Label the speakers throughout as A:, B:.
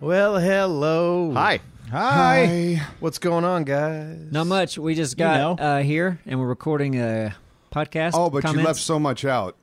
A: Well, hello.
B: Hi.
A: Hi. What's going on, guys?
C: Not much. We just got
A: know.
C: uh, here and we're recording a podcast.
D: Oh, but you
C: comments.
D: left so much out.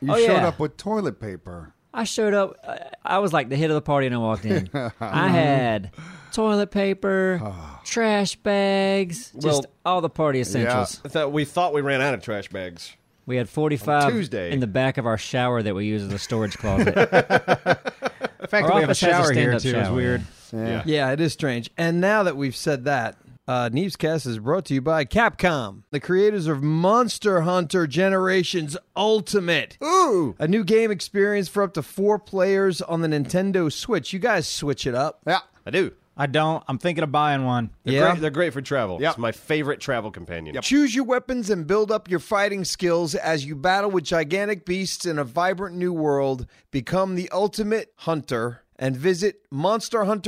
D: You
C: Oh,
D: showed
C: yeah.
D: up with toilet paper.
C: I showed up. Uh, I was like the hit of the party, and I walked in. I had toilet paper, trash bags, just
B: Well-
C: all the party essentials.
B: I thought we thought we ran out of trash bags.
C: We had forty-five
B: Tuesday.
C: in the back of our shower that we use as a storage closet.
E: The fact
C: Our
E: that we have a
C: office has a
E: shower here
C: stand-up
E: too is
C: shower.
E: weird.
B: Yeah.
A: Yeah, it is strange. And now that we've said that, uh, Neevescast is brought to you by Capcom, the creators of Monster Hunter Generations Ultimate. Ooh! A new game experience for up to four players on the Nintendo Switch. You guys switch it up.
D: Yeah.
B: I do.
E: I don't. I'm thinking of buying one.
B: They're
A: Yeah.
B: Great, they're great for travel.
D: Yep.
B: It's my favorite travel companion.
A: Choose your weapons and build up your fighting skills as you battle with gigantic beasts in a vibrant new world. Become the ultimate hunter and visit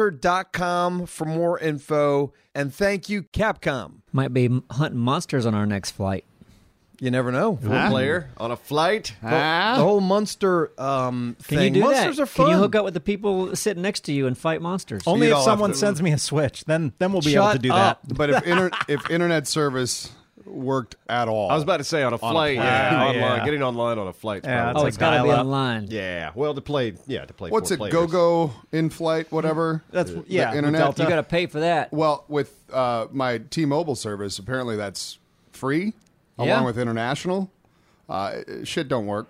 A: monsterhunter.com for more info. And thank you, Capcom.
C: Might be m- hunting monsters on our next flight.
A: You never know.
B: Four player on a flight.
A: The whole monster um,
C: Can
A: thing.
C: you do
A: Monsters
C: that?
A: are fun.
C: Can you hook up with the people sitting next to you and fight monsters?
E: Only
D: You'd
E: if
D: all have
E: someone
D: to-
E: sends me a Switch, then then we'll be
A: Shut
E: able to do
A: up.
E: that.
D: But if inter- if internet service worked at all,
B: I was about to say on a flight.
E: plane.
B: yeah,
E: Yeah.
B: online.
E: Yeah.
B: Getting online on a flight's
E: Yeah,
B: probably
E: that's
C: oh,
E: like
C: it's got to be
E: dial-up.
C: online.
B: Yeah. Well, to play. Yeah, to play.
D: what's
B: four
D: it?
B: players.
D: Go go in flight, whatever.
E: That's
D: The
E: yeah.
D: internet.
E: Delta.
C: You got to pay for that.
D: well, with uh, my T-Mobile service, apparently that's free,
C: Yeah.
D: along with international. Uh, shit don't work.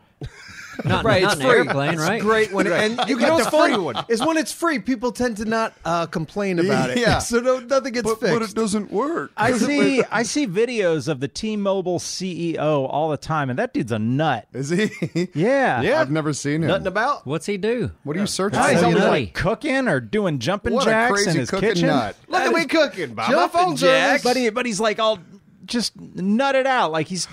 C: Not,
A: Right,
C: not
A: it's
C: an
A: free.
C: airplane, right?
A: It's great when and you
D: Get
A: know what's
D: the
A: funny
D: free one.
A: is when it's free, people tend to not uh, complain about it.
D: Yeah.
A: so no, nothing gets
D: But,
A: fixed.
D: but it doesn't work.
E: I see. I see videos of the T-Mobile CEO all the time, and that dude's a nut.
D: Is he?
E: Yeah.
B: Yeah.
D: I've never seen him.
B: Nothing about.
C: What's he do?
D: what are you searching
E: He's
C: So
D: for?
E: always
C: nutty.
E: like cooking or doing jumping
D: What a
E: jacks in
D: crazy
E: his
D: cooking
E: kitchen.
D: nut.
B: Look at me cooking, Bob.
A: Jumping
B: My phone
A: jacks.
E: But he, but he's like all just nutted out, like he's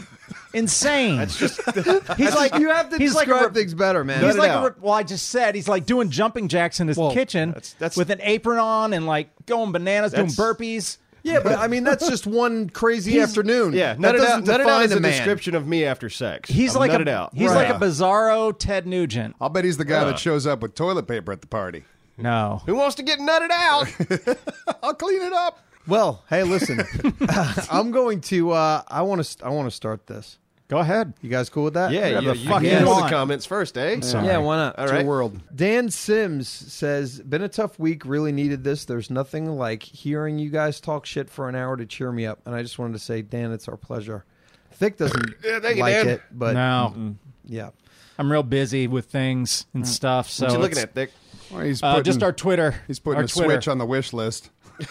E: insane.
A: he's like you have to
E: he's like
A: describe
E: a rep-
A: things better, man.
E: He's
B: it
E: like,
B: out.
E: a, re- well, I just said he's like doing jumping jacks in his kitchen
B: that's- that's-
E: with an apron on and like going bananas, doing
B: That's-
E: burpees.
A: Yeah, but I mean that's just one crazy afternoon.
B: Yeah.
A: that
B: Nut it
A: doesn't
B: out. Nut it out
A: define
B: is
A: a
B: a
A: man.
B: description of me after sex.
E: He's
B: I'm
E: like
B: nutted
E: a
B: out.
E: he's
B: Right. Oh.
E: like a bizarro Ted Nugent.
D: I'll bet he's the guy that shows up with toilet paper at the party.
E: No,
B: Who wants to get nutted out?
D: I'll clean it up.
A: Well, hey, listen, I'm going to. Uh, I want to. I want to start this.
E: go ahead.
A: You guys cool with that?
B: yeah. You,
E: the
B: you
E: fuck
B: can
E: you
B: go to the
E: want.
B: comments first, eh?
A: Yeah, why not?
B: All
D: It's your
B: right.
D: world.
A: Dan Sims says, "Been a tough week. Really needed this. There's nothing like hearing you guys talk shit for an hour to cheer me up." And I just wanted to say, Dan, it's our pleasure. Thick doesn't
B: Yeah, thank you,
A: like
B: Dan.
A: it, but
E: no,
A: yeah,
E: I'm real busy with things and stuff. So
B: Mm. What you looking
E: it's-
B: at, Dick?
D: Well, he's
E: uh,
D: putting,
E: just our Twitter.
D: he's putting
E: our
D: a
E: Twitter.
D: switch on the wish list.
B: I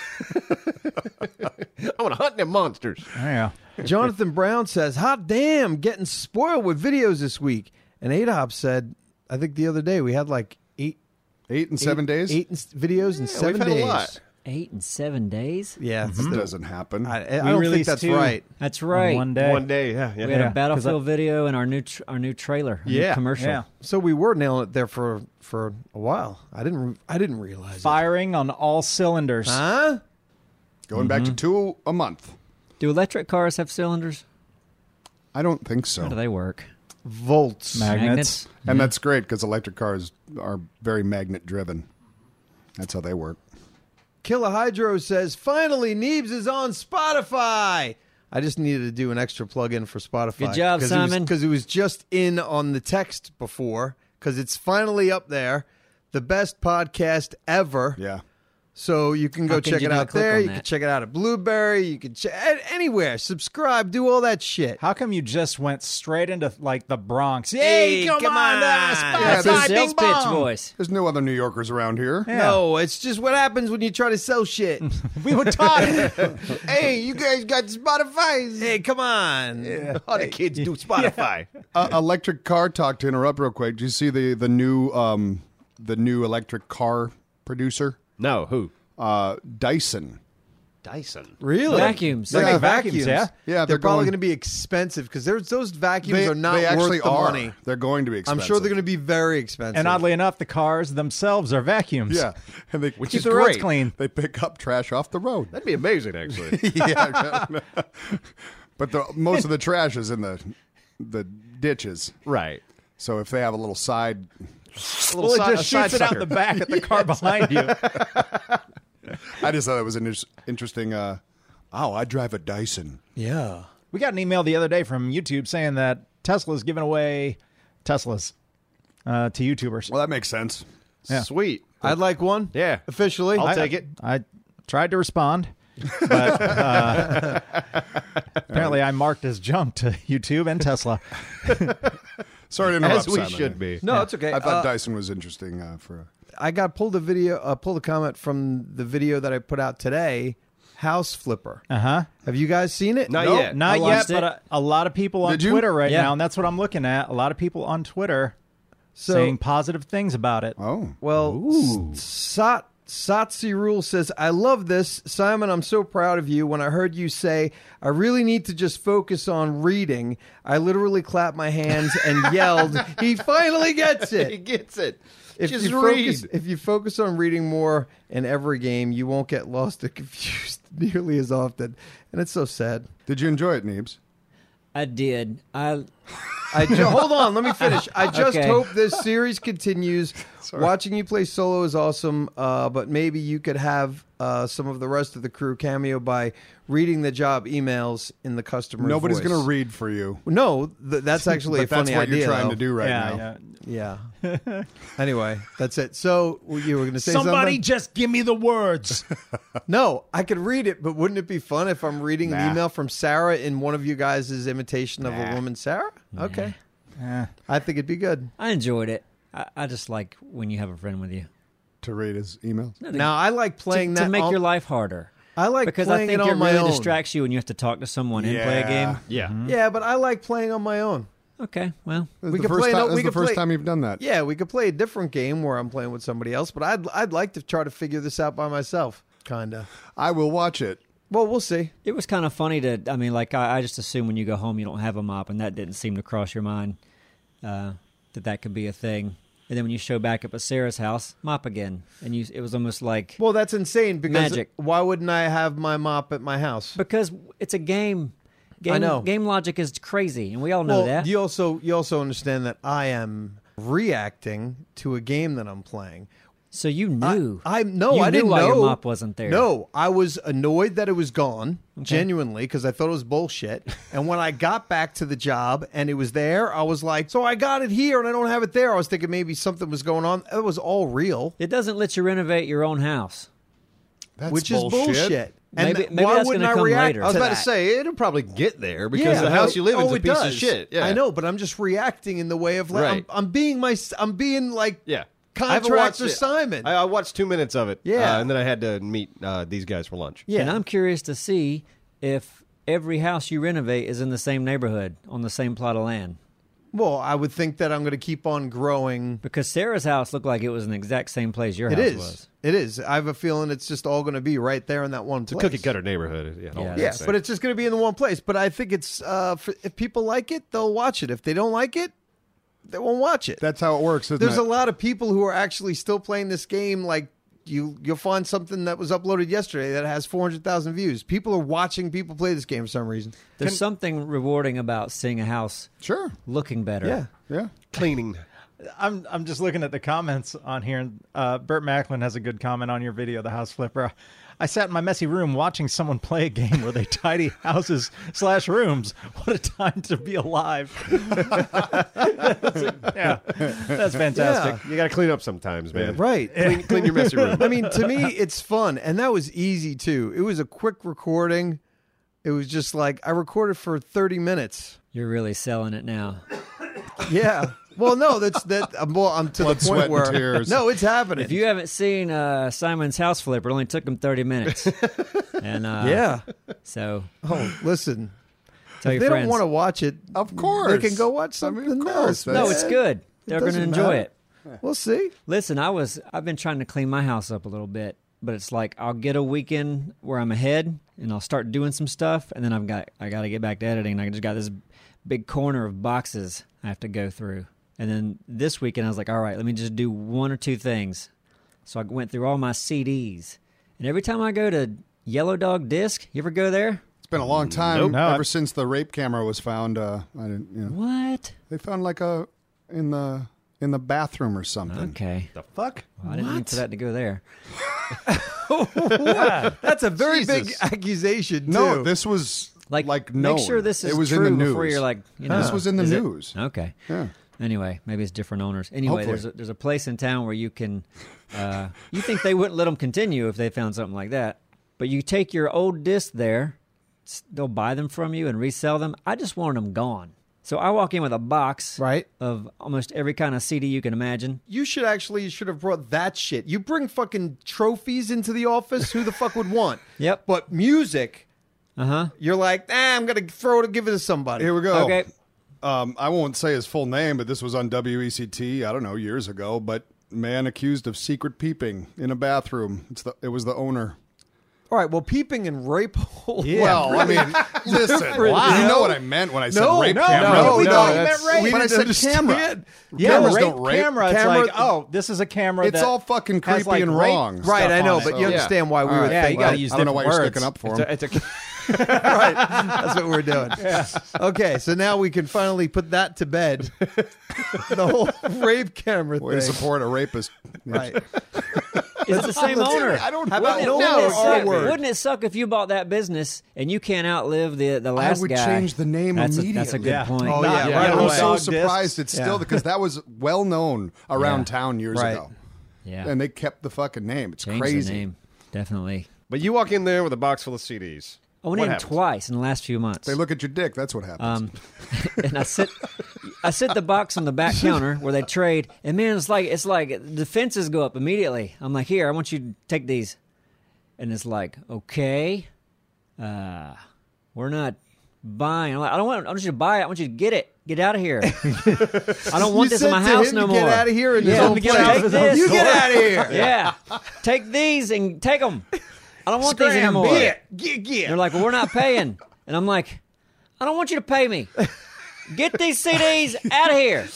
B: want to hunt them monsters.
E: Yeah.
A: Jonathan Brown says, "Hot damn, getting spoiled with videos this week." And Adop said, "I think the other day we had like eight,
D: Eight and seven
A: eight-
D: days.
A: eight in, videos in
B: Yeah,
A: 7
B: we've had
A: days."
B: a lot.
C: Eight and seven days?
A: Yeah,
E: mm.
D: This doesn't happen.
A: I, I
E: Mm-hmm. We
A: don't think
E: released
A: that's
E: two
A: right.
C: That's
E: on
C: right.
E: One day.
B: One day, yeah, yeah.
C: We had
E: Yeah,
C: a
E: 'cause
C: battlefield video and our new tr- our new trailer, our new
B: Yeah,
C: commercial.
E: Yeah.
A: So we were nailing it there for for a while. I didn't re- I didn't realize. it.
E: Firing on all cylinders.
A: Huh?
D: Going
E: mm-hmm.
D: back to two a month.
C: Do electric cars have cylinders?
D: I don't think
C: How do
D: so.
C: they work?
A: Volts.
E: Mag- Magnets.
C: Magnets.
D: And that's great because electric cars are very magnet driven. That's how they work.
A: Kilahydro says, finally, Neebs is on Spotify. I just needed to do an extra plug-in for Spotify.
C: Good job, Simon.
A: Because it was just in on the text before, because it's finally up there. The best podcast ever.
D: Yeah.
A: So you can go
C: How could
A: check
C: you
A: it
C: not
A: out
C: click
A: there.
C: on
A: You can
C: that?
A: check it out at Blueberry. You can check anywhere. Subscribe. Do all that shit.
E: How come you just went straight into like the Bronx?
A: Hey, come on.
E: uh,
A: Yeah,
E: Spotify,
C: That's a
E: Bing
C: sales pitch
E: Bong.
C: voice.
D: There's no other New Yorkers around here.
A: No, it's just what happens when you try to sell shit.
E: We were taught.
B: Hey, you guys got Spotify?
A: hey, come on.
B: How do kids do Spotify?
D: Uh, electric car talk to interrupt real quick. Do you see the the new um, the new electric car producer
B: No, who?
D: uh, Dyson?
B: Dyson.
A: Really?
C: Vacuums.
A: They
C: Yeah.
A: make
E: Vacuums,
A: vacuums.
E: yeah.
D: Yeah,
A: they're,
D: they're
A: probably
D: going-
A: going to be expensive because those vacuums are not
D: they actually
A: worth the
D: are.
A: money.
D: They're going to be
A: I'm
D: expensive.
A: sure they're going to be very expensive.
E: and oddly enough, the cars themselves are vacuums.
D: Yeah, and they
E: Keep the roads clean.
D: They pick up trash off the road.
B: That'd be amazing, actually.
D: yeah, but the, most of the trash is in the the ditches.
B: right.
D: So if they have a little side
B: A
E: Well,
B: little
E: it
B: side- a
E: just
B: side
E: shoots it out
B: sucker.
E: the back at the car behind you.
D: I just thought that was an inter- interesting. Uh, oh, I drive a Dyson.
A: Yeah.
E: We got an email the other day from YouTube saying that Tesla's giving away Teslas uh, to YouTubers.
D: Well, that makes sense.
E: Yeah.
B: Sweet.
A: I'd like one.
B: Yeah.
A: Officially.
B: I'll
E: I-
B: take it.
E: I tried to respond, but uh, apparently I marked as junk to YouTube and Tesla.
D: Sorry to interrupt.
B: As we
D: Simon.
B: should be.
A: no, it's okay.
D: I
A: Uh,
D: thought Dyson was interesting uh, for.
A: I got pulled a video, uh, pulled a comment from the video that I put out today, House Flipper.
E: Uh huh.
A: Have you guys seen it?
B: Uh-huh. Not
A: Nope.
B: yet.
E: Not yet,
C: watched
E: but
C: it.
E: a, a lot of people on
D: Did you?
E: Twitter right
C: Yeah.
E: now, and that's what I'm looking at. A lot of people on Twitter
A: So,
E: saying positive things about it.
D: Oh,
A: well, S- Sat Satsi Rule says, "I love this, Simon. I'm so proud of you. When I heard you say, I really need to just focus on reading, I literally clapped my hands and yelled, he finally gets
B: He
A: it.'"
B: gets it.
A: If
B: Just
A: you
B: read.
A: focus, if you focus on reading more in every game, you won't get lost and confused nearly as often. And it's so sad.
D: did you enjoy it, Neebs?
C: I did. I
A: I ju- hold on, let me finish. I just
C: Okay.
A: hope this series continues. Watching you play solo is awesome, uh, but maybe you could have uh, some of the rest of the crew cameo by reading the job emails in the customer.
D: Nobody's
A: voice.
D: going to read for you.
A: No, th- that's actually a
D: But that's
A: funny
D: what
A: idea.
D: you're trying
A: though.
D: to do right
E: yeah,
D: now.
E: yeah.
A: Yeah. anyway, that's it. So well, you were going to say
E: Somebody
A: something?
E: just give me the words.
A: No, I could read it, but wouldn't it be fun if I'm reading an
D: Nah.
A: email from Sarah in one of you guys' imitation of a woman, Sarah? Okay.
E: Yeah.
A: I think it'd be good.
C: I enjoyed it. I, I just like when you have a friend with you
D: To read his emails.
A: Now I like playing
C: to
A: that
C: make
A: on-
C: your life harder.
A: I like
C: because I
A: playing
C: think
A: it
C: it
A: on my
C: really
A: own.
C: distracts you when you have to talk to someone and play a game.
B: Yeah.
A: Yeah, but I like playing on my own.
C: Okay, well,
D: That's
A: We
D: the
A: could
D: first
A: play-
D: time,
A: no,
D: that's
A: we
D: the
A: could
D: first
A: play-
D: time you've done that.
A: Yeah, we could play a different game where I'm playing with somebody else, but I'd I'd like to try to figure this out by myself, kinda.
D: I will watch it.
A: Well, we'll see.
C: it was kind of funny to. I mean, like I, I just assume when you go home you don't have a mop, and that didn't seem to cross your mind uh, that that could be a thing. And then when you show back up at Sarah's house, mop again, and you it was almost like
A: Well, that's insane because
C: Magic.
A: why wouldn't I have my mop at my house?
C: because it's a game. game
A: know.
C: game logic is crazy, and we all know
A: well,
C: that.
A: you also you also understand that I am reacting to a game that I'm playing.
C: so you knew.
A: I, I no,
C: You
A: I
C: knew
A: didn't
C: why
A: know
C: your mop wasn't there.
A: No, I was annoyed that it was gone, genuinely, because I thought it was bullshit. and when I got back to the job and it was there, I was like, "So I got it here and I don't have it there." I was thinking maybe something was going on. It was all real,
C: it doesn't let you renovate your own house.
D: That's
A: which is bullshit. And
C: Maybe-
A: th-
C: maybe
A: why
C: that's
A: wouldn't
C: gonna
A: I
C: come
A: react?
C: later.
A: To
B: I was about
A: that?
B: to say it'll probably get there
A: Yeah,
B: because the house you live in
A: oh,
B: is a
A: it
B: piece of
A: does.
B: shit. Yeah.
A: I know, but I'm just reacting in the way of like
B: Right.
A: I'm, I'm being my I'm being like
B: Yeah. I haven't watched
A: contractor
B: it.
A: Simon.
B: I, I watched two minutes of it.
A: Yeah.
B: uh, and then I had to meet uh, these guys for lunch.
A: yeah,
C: And I'm curious to see if every house you renovate is in the same neighborhood on the same plot of land.
A: well, I would think that I'm going to keep on growing
C: Because Sarah's house looked like it was in the exact same place your
A: It
C: house
A: is.
C: was.
A: It is. I have a feeling it's just all going to be right there in that one place.
B: Cookie cutter neighborhood. Yeah, all
C: Yeah,
B: that
A: Yes,
B: stuff.
A: but it's just going to be in the one place. But I think it's uh, for, if people like it, they'll watch it. If they don't like it, they won't watch it.
D: That's how it works, isn't
A: There's
D: it?
A: a lot of people who are actually still playing this game. Like you, you'll find something that was uploaded yesterday that has 400,000 views. People are watching people play this game for some reason.
C: There's something rewarding about seeing a house
D: sure.
C: looking better.
A: Yeah.
D: Yeah.
B: cleaning.
E: I'm I'm just looking at the comments on here. and Uh, Burt Macklin has a good comment on your video, the house flipper. I sat in my messy room watching someone play a game where they tidy houses slash rooms. What a time to be alive! yeah, that's fantastic.
B: You got to clean up sometimes, man.
A: Right.
B: Clean, clean your messy room.
A: I mean, to me, it's fun, and that was easy too. It was a quick recording. It was just like I recorded for 30 minutes.
C: You're really selling it now.
A: Yeah. Well, no, that's that. I'm, well, I'm to
D: Blood,
A: the point
D: sweat, and
A: where
D: tears.
A: no, it's happening.
C: If you haven't seen uh, Simon's house flipper, it only took him 30 minutes. and uh,
A: yeah.
C: So
A: Oh, listen.
C: tell
A: If
C: your
A: they
C: friends.
A: don't want to watch it.
D: Of course.
A: they can go watch
D: I mean,
A: something
D: of course,
A: else.
D: that's-
C: no, it's good. They're going to
A: doesn't
C: enjoy
A: matter.
C: it.
A: We'll see.
C: Listen, I was I've been trying to clean my house up a little bit, but it's like I'll get a weekend where I'm ahead and I'll start doing some stuff, and then I've got I got to get back to editing. I just got this big corner of boxes I have to go through, and then this weekend I was like, all right, let me just do one or two things. So I went through all my CDs, and every time I go to Yellow Dog Disc, you ever go there?
D: It's been a long time.
E: Nope. No,
D: ever
E: I-
D: since the rape camera was found, uh, I didn't. You know,
C: What?
D: they found like a in the in the bathroom or something.
C: Okay.
B: The fuck?
C: Well, I didn't mean for that to go there.
A: That's a very big
B: Jesus.
A: accusation, too.
D: No, this was
C: Like,
D: like, no.
C: make sure this is
D: it was
C: true
D: in the news.
C: before you're like, you know,
D: this was in the
C: is it-
D: news.
C: Okay.
D: Yeah.
C: Anyway, maybe it's different owners. Anyway,
D: Hopefully.
C: there's a, there's a place in town where you can. Uh, you think they wouldn't let them continue if they found something like that? But you take your old disc there, s- they'll buy them from you and resell them. I just wanted them gone. So I walk in with a box
A: Right.
C: of almost every kind of CD you can imagine.
A: You should actually you should have brought that shit. You bring fucking trophies into the office. Who the fuck would want?
C: Yep.
A: But music,
C: Uh huh.
A: you're like, ah, I'm gonna throw it, give it to somebody.
D: Here we go.
C: Okay.
D: Um, I won't say his full name, but this was on WECT. I don't know years ago, but man accused of secret peeping in a bathroom. It's the it was the owner.
A: All right. Well, peeping and rape hole.
D: Well, I mean, listen, you know what I meant when I said
A: No,
D: rape
A: no,
D: camera.
A: no,
D: but
A: we
D: no,
A: thought you
D: that's-
E: meant rape.
A: We
D: But I
A: didn't
D: said
A: understand.
D: camera.
E: Yeah,
D: Cameras
E: rape
D: don't rape.
E: camera. It's
A: Camera-
E: like, oh, this is a camera.
D: It's
E: that
D: all fucking
E: has,
D: creepy
E: like,
D: and
E: rape
D: wrong.
E: stuff
A: Right. I
E: on
A: know,
E: it.
A: but you
D: Yeah.
A: understand why we
C: All
A: would
C: right. Yeah,
A: think.
C: you gotta
A: that.
C: use
D: I don't know why
C: different
D: you're
C: words.
D: sticking up for
B: It's
D: him.
B: a, it's a,
A: right. That's what we're doing. Okay. So now we can finally put that to bed. the whole rape camera
D: Way to
A: thing.
D: support a rapist.
A: Right.
C: Is it the same owner?
D: I don't
C: How
D: know.
C: about-
A: No,
C: wouldn't, it
A: it's
C: suck,
A: R word.
C: wouldn't it suck if you bought that business and you can't outlive the the last
D: would
C: guy?
D: change the name
C: that's A, that's a good
E: Yeah.
C: point.
E: Oh,
A: yeah,
E: Not-
A: right
E: yeah,
D: I'm
A: away.
E: dog
D: so
E: discs.
D: surprised it's still because that was well known around
C: Yeah.
D: town years
A: Right.
D: ago,
C: Yeah.
D: and they kept the fucking name. It's
C: Change
D: crazy.
C: the name. Definitely.
B: but you walk in there with a box full of CDs.
C: I went
B: What
C: in
B: happens?
C: twice in the last few months.
D: They look at your dick. That's what happens.
C: um, and I sit, I sit the box on the back counter where they trade, and man, it's like it's like the fences go up immediately. I'm like, here, I want you to take these, and it's like, okay, uh, we're not buying. I'm like, I don't want. I want you to buy it. I want you to get it. Get out of here. I don't want
A: You
C: this in
A: said
C: my
A: to
C: house
A: him
C: no
A: to
C: more.
A: Get out of here and
C: Yeah.
A: his
C: Tell him
A: own
C: to get out
A: place.
C: of his own
A: You
C: store.
A: get out of here.
C: Yeah. Take these and take them. I don't want these
A: Scram,
C: anymore.
A: Get, get, get.
C: They're like, well, we're not paying. And I'm like, I don't want you to pay me. Get these CDs out of here.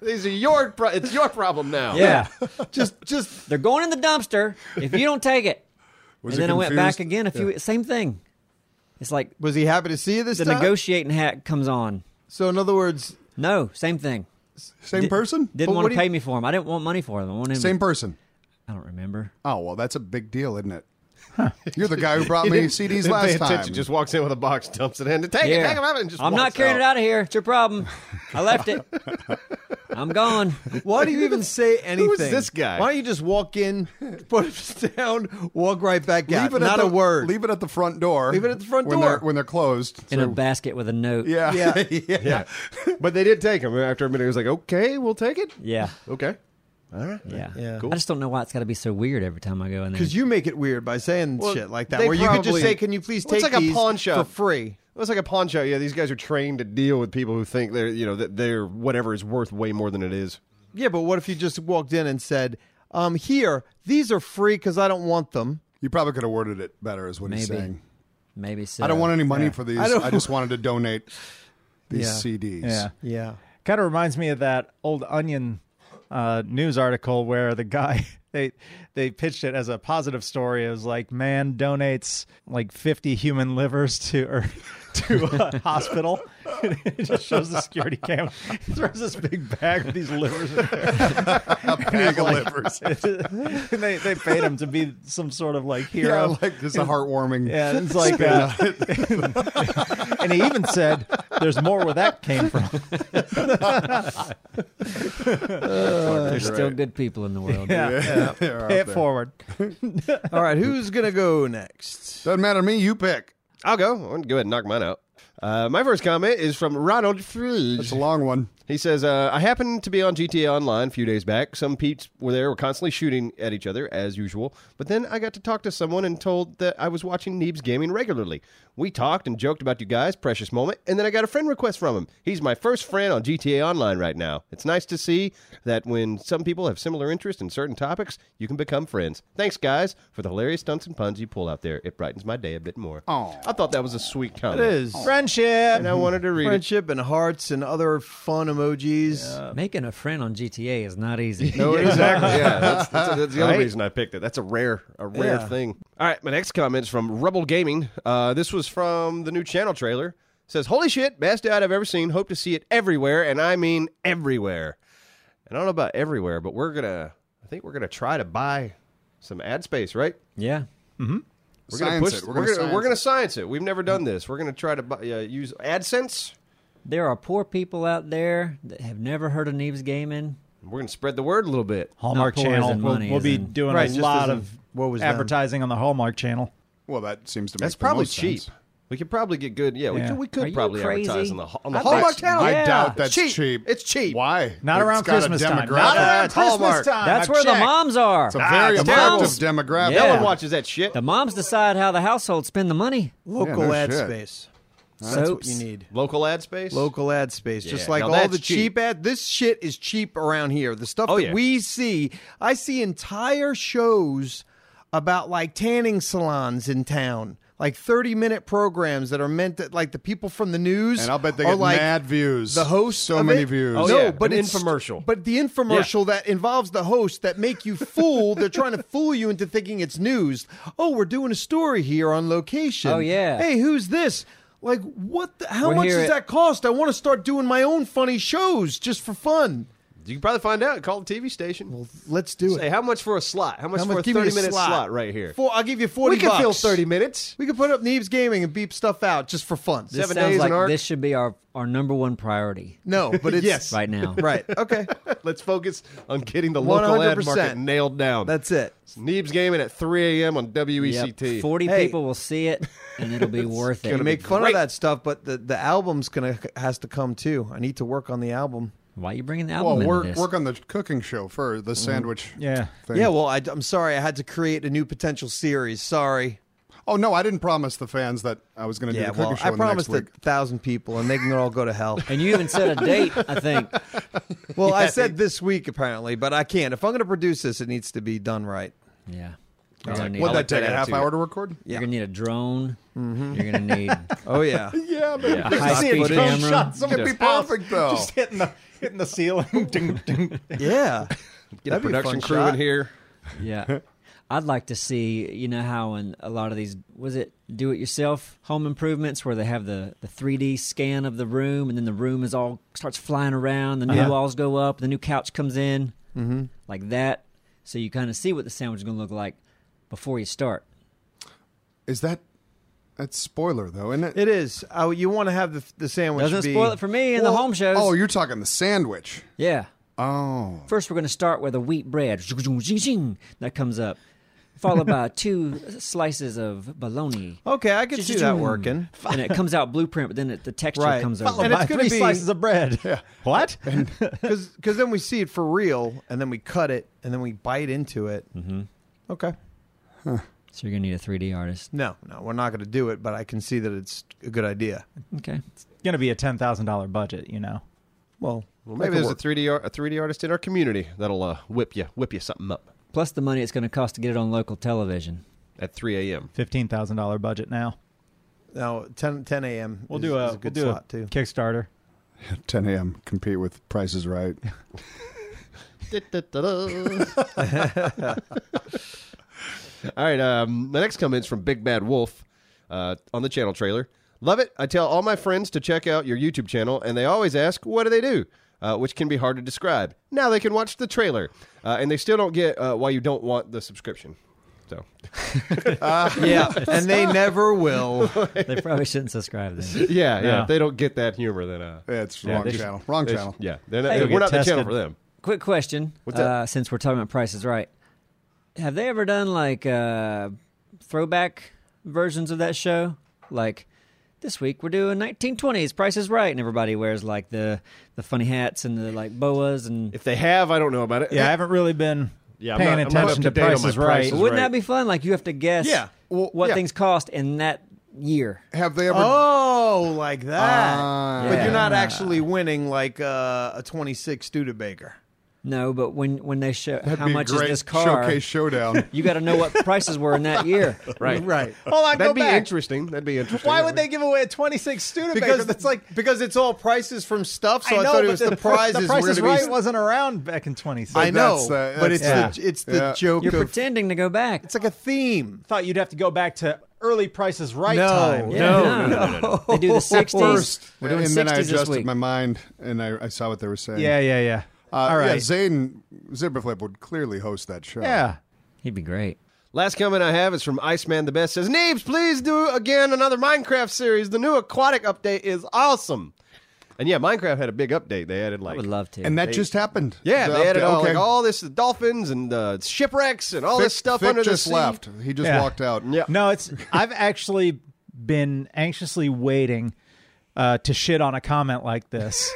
B: These are your. Pro- it's your problem now.
C: Yeah.
A: just, just
C: They're going in the dumpster if you don't take it.
D: Was
C: and
D: it
C: then I went
D: confused?
C: back again a few, same thing. It's like
A: was he happy to see you this
C: the
A: time?
C: negotiating hat comes on.
A: so in other words,
C: No, same thing.
D: Same person.
C: Didn't
A: But
C: want
A: what
C: to
A: do
C: pay
A: you-
C: me for them. I didn't want money for them. I wanted him-
D: Same person.
C: I don't remember.
D: Oh well, that's a big deal, isn't it? You're the guy who brought me
B: didn't-
D: CDs
B: didn't pay
D: last
B: attention,
D: time.
B: Just walks in with a box, dumps it in, take it, take it, have it, and just.
C: I'm not
B: walks
C: carrying it out of here. It's your problem. I left it. I'm gone.
A: why do you even say anything?
B: is this guy?
A: Why don't you just walk in, put it down, walk right back out?
D: leave it
A: Not
D: at the,
A: a word.
D: Leave it at the front door.
A: Leave it at the front
D: when
A: door.
D: they're, when they're closed.
C: In a
D: So-
C: basket with a note.
D: yeah.
A: Yeah.
B: Yeah, but they did take him after a minute. He was like, "Okay, we'll take it."
C: Yeah.
B: Okay, all right.
C: Yeah.
A: Yeah.
C: I just don't know why it's got to be so weird every time I go in there.
A: Because you make it weird by saying
B: Well,
A: shit like that,
B: they
A: where you could just
B: probably-
A: say, "Can you please
B: Well,
A: take
B: it's like a
A: these
B: pawn shop.
A: for free?"
B: Well, it's like a pawn show. Yeah, these guys are trained to deal with people who think they're, you know, that they're whatever is worth way more than it is.
A: Yeah, but what if you just walked in and said, um, "Here, these are free because I don't want them."
D: You probably could have worded it better, is what he's
C: Maybe.
D: saying.
C: Maybe uh, so.
D: I don't want any money for these.
A: I don't-
D: I, just wanted to donate these
A: Yeah.
D: CDs.
E: Yeah.
A: Yeah.
E: Kind of reminds me of that old Onion uh, news article where the guy they they pitched it as a positive story. It was like man donates like fifty human livers to or to a hospital. it just shows the security camera. He throws this big bag with these livers in there.
D: A bag of livers.
E: and they they paid him to be some sort of like
D: Yeah,
E: hero.
D: like this is heartwarming.
E: Yeah, it's like, uh, and he even said, "There's more where that came from."
C: There's still good people in the world.
E: Yeah,
D: They're out
E: pay it
D: there.
E: forward.
A: All right, who's gonna go next?
D: Doesn't matter to me. You pick.
B: I'll go. I'll go ahead and knock mine out. Uh, my first comment is from Ronald
D: It's
B: Fridge.
D: a long one.
B: He says, uh, I happened to be on GTA Online a few days back. Some peeps were there, were constantly shooting at each other, as usual. But then I got to talk to someone and told that I was watching Neebs Gaming regularly. We talked and joked about you guys, precious moment, and then I got a friend request from him. He's my first friend on GTA Online right now. It's nice to see that when some people have similar interests in certain topics, you can become friends. Thanks, guys, for the hilarious stunts and puns you pull out there. It brightens my day a bit more.
D: Aw.
B: I thought that was a sweet comment.
A: It is
E: Friendship.
B: And I wanted to read it.
A: Oh. friendship and hearts and other fun emojis.
B: Uh,
C: Making a friend on GTA is not easy.
B: No, exactly. Yeah, that's, that's, that's the other
A: Right?
B: reason I picked it. That's a rare, a rare
A: Yeah.
B: thing. All right, my next comment is from Rebel Gaming. Uh, this was from the new channel trailer. says, "Holy shit, best ad I've ever seen. Hope to see it everywhere, and I mean everywhere." I don't know about everywhere, but we're gonna. I think we're gonna try to buy some ad space, right?
C: Yeah.
B: We're
D: Science
B: gonna push.
D: it.
B: We're gonna
D: We're gonna
B: we're
D: science
B: gonna,
D: it.
B: science it. We've never done this. We're gonna try to buy, uh, use AdSense.
C: There are poor people out there that have never heard of Neves Gaming.
B: We're gonna spread the word a little bit.
E: Hallmark
C: poor
E: Channel.
C: isn't
E: We'll,
C: money,
E: we'll be
C: isn't-
E: doing
A: Right,
E: a
A: just
E: lot
A: isn't
E: of
A: what was done.
E: advertising on the Hallmark Channel.
D: Well, that seems to make
B: That's
D: the
B: probably
D: most
B: cheap.
D: sense.
B: We could probably get good. Yeah,
E: Yeah.
B: we could,
C: Are
B: we could
C: you
B: probably
C: crazy?
B: advertise on the, on the
C: I
B: Hallmark
C: bet-
B: Channel.
D: I
C: Yeah.
D: doubt that's
B: It's cheap.
D: cheap.
B: It's cheap.
D: Why?
E: Not
D: It's
E: around
D: got a
E: Christmas time.
D: demographic.
E: Not around
B: That's Hallmark.
E: Christmas time.
C: That's
E: I've
C: where the
E: checked.
C: moms are.
D: It's a
B: Ah,
D: very
B: it's
D: effective
B: terrible.
D: demographic.
B: No
C: Yeah.
B: one watches that shit.
C: The moms decide how the households spend the money.
A: Local
D: Yeah, no
A: ad
D: shit.
A: space.
C: Soaps.
A: That's what you need.
B: Local ad space.
A: Local ad space, just
B: Yeah.
A: like
B: Now
A: all
B: that's
A: the cheap.
B: cheap.
A: ad. This shit is cheap around here. The stuff
B: Oh,
A: that
B: yeah.
A: we see, I see entire shows about like tanning salons in town, like thirty-minute programs that are meant that like the people from the news.
D: And I'll bet they
A: are,
D: get
A: like,
D: mad views.
A: The host,
D: So
A: of
D: many
A: it.
D: views.
B: Oh,
A: no,
B: yeah,
A: but
B: an
A: it's
B: infomercial.
A: But the infomercial that involves the host that make you fool. They're trying to fool you into thinking it's news. Oh, we're doing a story here on location.
C: Oh, yeah.
A: Hey, who's this? Like what? The, how
C: We're
A: much
C: here
A: does
C: at-
A: that cost? I want to start doing my own funny shows just for fun.
B: You can probably find out. Call the TV station. Well,
A: Let's do
B: Say
A: it.
B: how much for a slot? How much
A: How
B: for
A: much-
B: a
A: give me
B: thirty minute slot. right here?
A: Four, I'll give you forty.
B: we can fill
A: bucks.
B: thirty minutes.
A: We can put up Neves Gaming and beep stuff out just for fun.
C: This
B: Seven
C: sounds
B: days
C: like
B: an arc.
C: this should be our, our number one priority
A: no, but it's
B: Yes.
C: right now.
A: Right. Okay.
B: Let's focus on getting the local ad
A: 100%.
B: market nailed down.
A: That's it.
B: Neebs gaming at 3 a.m. on E
C: Yep.
B: WECT.
C: 40
A: Hey.
C: people will see it and it'll be worth it.
A: You make fun
B: great.
A: of that stuff, but the, the album's gonna has to come too. I need to work on the album.
C: Why are you bringing the
D: Well,
C: album into
D: work
C: this?
D: work on the cooking show first. The sandwich.
E: Yeah.
D: Thing.
A: Yeah, well, I, am sorry, I had to create a new potential series. Sorry.
D: Oh no, I didn't promise the fans that I was going to
A: Yeah,
D: do the cooking
A: well,
D: show
A: I
D: in the next
A: promised a
D: week.
A: thousand people, and they can all go to hell.
C: and you even set a date, I think.
A: Well, I said this week apparently, but I can't. If I'm going to produce this, it needs to be done right.
C: Yeah. You're
D: What
C: gonna, need,
D: would
B: like
D: that take
B: that
D: a half
B: attitude.
D: hour Mm-hmm. to record?
C: you're gonna need a drone. You're gonna need a
A: Oh yeah,
D: Yeah, but yeah.
C: high-speed
A: drone
C: camera.
D: it'd be perfect though.
E: Just hitting the hitting the ceiling. ding, ding.
A: yeah.
B: Get a
A: That'd be a fun
B: production crew
A: shot.
B: in here.
C: Yeah. I'd like to see, you know, how in a lot of these, was it do it yourself home improvements where they have the, the 3D scan of the room and then the room is all starts flying around, the new
E: Uh-huh.
C: walls go up, the new couch comes in, mm-hmm. like that. So you kind of see what the sandwich is going to look like before you start.
D: Is that that's spoiler though, isn't it?
A: It is. Oh, you want to have the, the sandwich?
C: Doesn't
A: be-
C: spoil it for me in the home shows.
D: Oh, you're talking the sandwich.
C: yeah.
D: Oh,
C: First, we're going to start with a wheat bread. That comes up, followed by two slices of bologna.
A: Okay, I can see that working.
C: And it comes out blueprint, but then it, the texture
A: Right.
C: comes
A: Followed
C: over.
E: And
A: by
E: it's gonna
A: three
E: be slices of bread. What?
A: Because then we see it for real, and then we cut it, and then we bite into it. Mm-hmm. Okay.
C: So you're gonna need a 3D artist.
A: No, no, we're not going to do it, but I can see that it's a good idea.
C: Okay.
E: It's gonna be a ten thousand dollar budget. You know.
A: Well,
B: Well,
A: that
B: maybe
A: could
B: there's
A: work.
B: a 3D ar- a 3D artist in our community that'll uh, whip you whip you something up
C: Plus the money it's gonna cost to get it on local television.
B: at 3 a.m.
E: Fifteen thousand dollar budget now.
A: No, 10, 10 a.m.
E: We'll
A: is-
E: do a,
A: is a good
E: we'll do
A: slot
E: a
A: too.
E: Kickstarter.
D: 10 a.m. Compete with Price is Right.
B: All right. Um, the next comment is from Big Bad Wolf uh, on the channel trailer. Love it. I tell all my friends to check out your YouTube channel, and they always ask, what do they do? Uh, which can be hard to describe. Now they can watch the trailer, uh, and they still don't get uh, why you don't want the subscription. So,
A: yeah, and they never will.
C: They probably shouldn't subscribe then.
B: yeah, yeah.
E: Yeah.
B: If they don't get that humor, then uh,
D: Yeah, it's
B: Yeah,
D: wrong
B: they-
D: channel. Wrong
B: they-
D: channel.
B: yeah, they're not,
E: Hey,
B: we're
E: get
B: not the channel
E: tested.
B: for them.
C: Quick question.
B: What's up?
C: Uh, since we're talking about prices, right? Have they ever done like uh, throwback versions of that show? Like this week we're doing 1920s Price is Right, and everybody wears like the the funny hats and the like boas and.
B: If they have, I don't know about it.
E: Yeah, I haven't really been
B: Yeah, I'm
E: paying
B: not- I'm not
E: attention
B: up to date
E: to
B: on my
E: prices right.
B: prices.
C: Wouldn't
B: right.
C: that be fun? Like you have to guess
A: Yeah.
D: Well,
C: what
D: yeah.
C: things cost in that year.
D: Have they ever?
A: Oh, like that.
D: Ah.
A: But you're not actually winning like uh, a 26 Studebaker.
C: No, but when when they show
D: that'd
C: how
D: be a
C: much is
D: great
C: this car,
D: Showcase showdown.
C: you got to know what prices were in that year.
B: right,
A: Right.
E: Hold on,
B: That'd
E: go
B: be
E: back.
B: interesting. That'd be interesting.
E: Why would they give away a twenty six Studebaker?
A: Because
E: that's like
A: because it's all prices from stuff, so I,
E: I know,
A: thought it
E: but
A: was
E: the,
A: the, prizes.
E: The Price
A: were
E: is
A: gonna
E: Right
A: be,
E: wasn't around back in twenty six.
A: I know,
D: That's the-
A: but it's
E: that's-
A: the it's the
D: Yeah.
A: joke
C: You're
A: of
C: pretending to go back.
A: it's like a theme.
E: thought you'd have to go back to early prices right
A: No.
E: time.
A: Yeah. No,
C: no, no, They do the 60s.
D: First,
C: We're doing
D: and
C: 60s
D: then I
C: this
D: adjusted
C: week.
D: my mind and I, I saw what they were saying.
E: Yeah, yeah, yeah.
D: Uh, Yeah,
E: right.
D: Zane Zipperflip would clearly host that show.
E: Yeah.
C: He'd be great.
B: Last comment I have is from Iceman the Best says, Neebs, please do again another Minecraft series. The new aquatic update is awesome. And yeah, Minecraft had a big update. They added
C: I
B: like
C: would love to.
D: And that just happened.
B: Yeah,
D: The
B: they added
D: update-
B: all,
D: okay.
B: like, all this dolphins and uh, shipwrecks and all
D: Fick-
B: this stuff
D: Fick
B: under
D: just
B: the sea.
D: left. He just
E: Yeah.
D: walked out.
B: Yeah.
E: No, it's I've actually been anxiously waiting uh, to shit on a comment like this.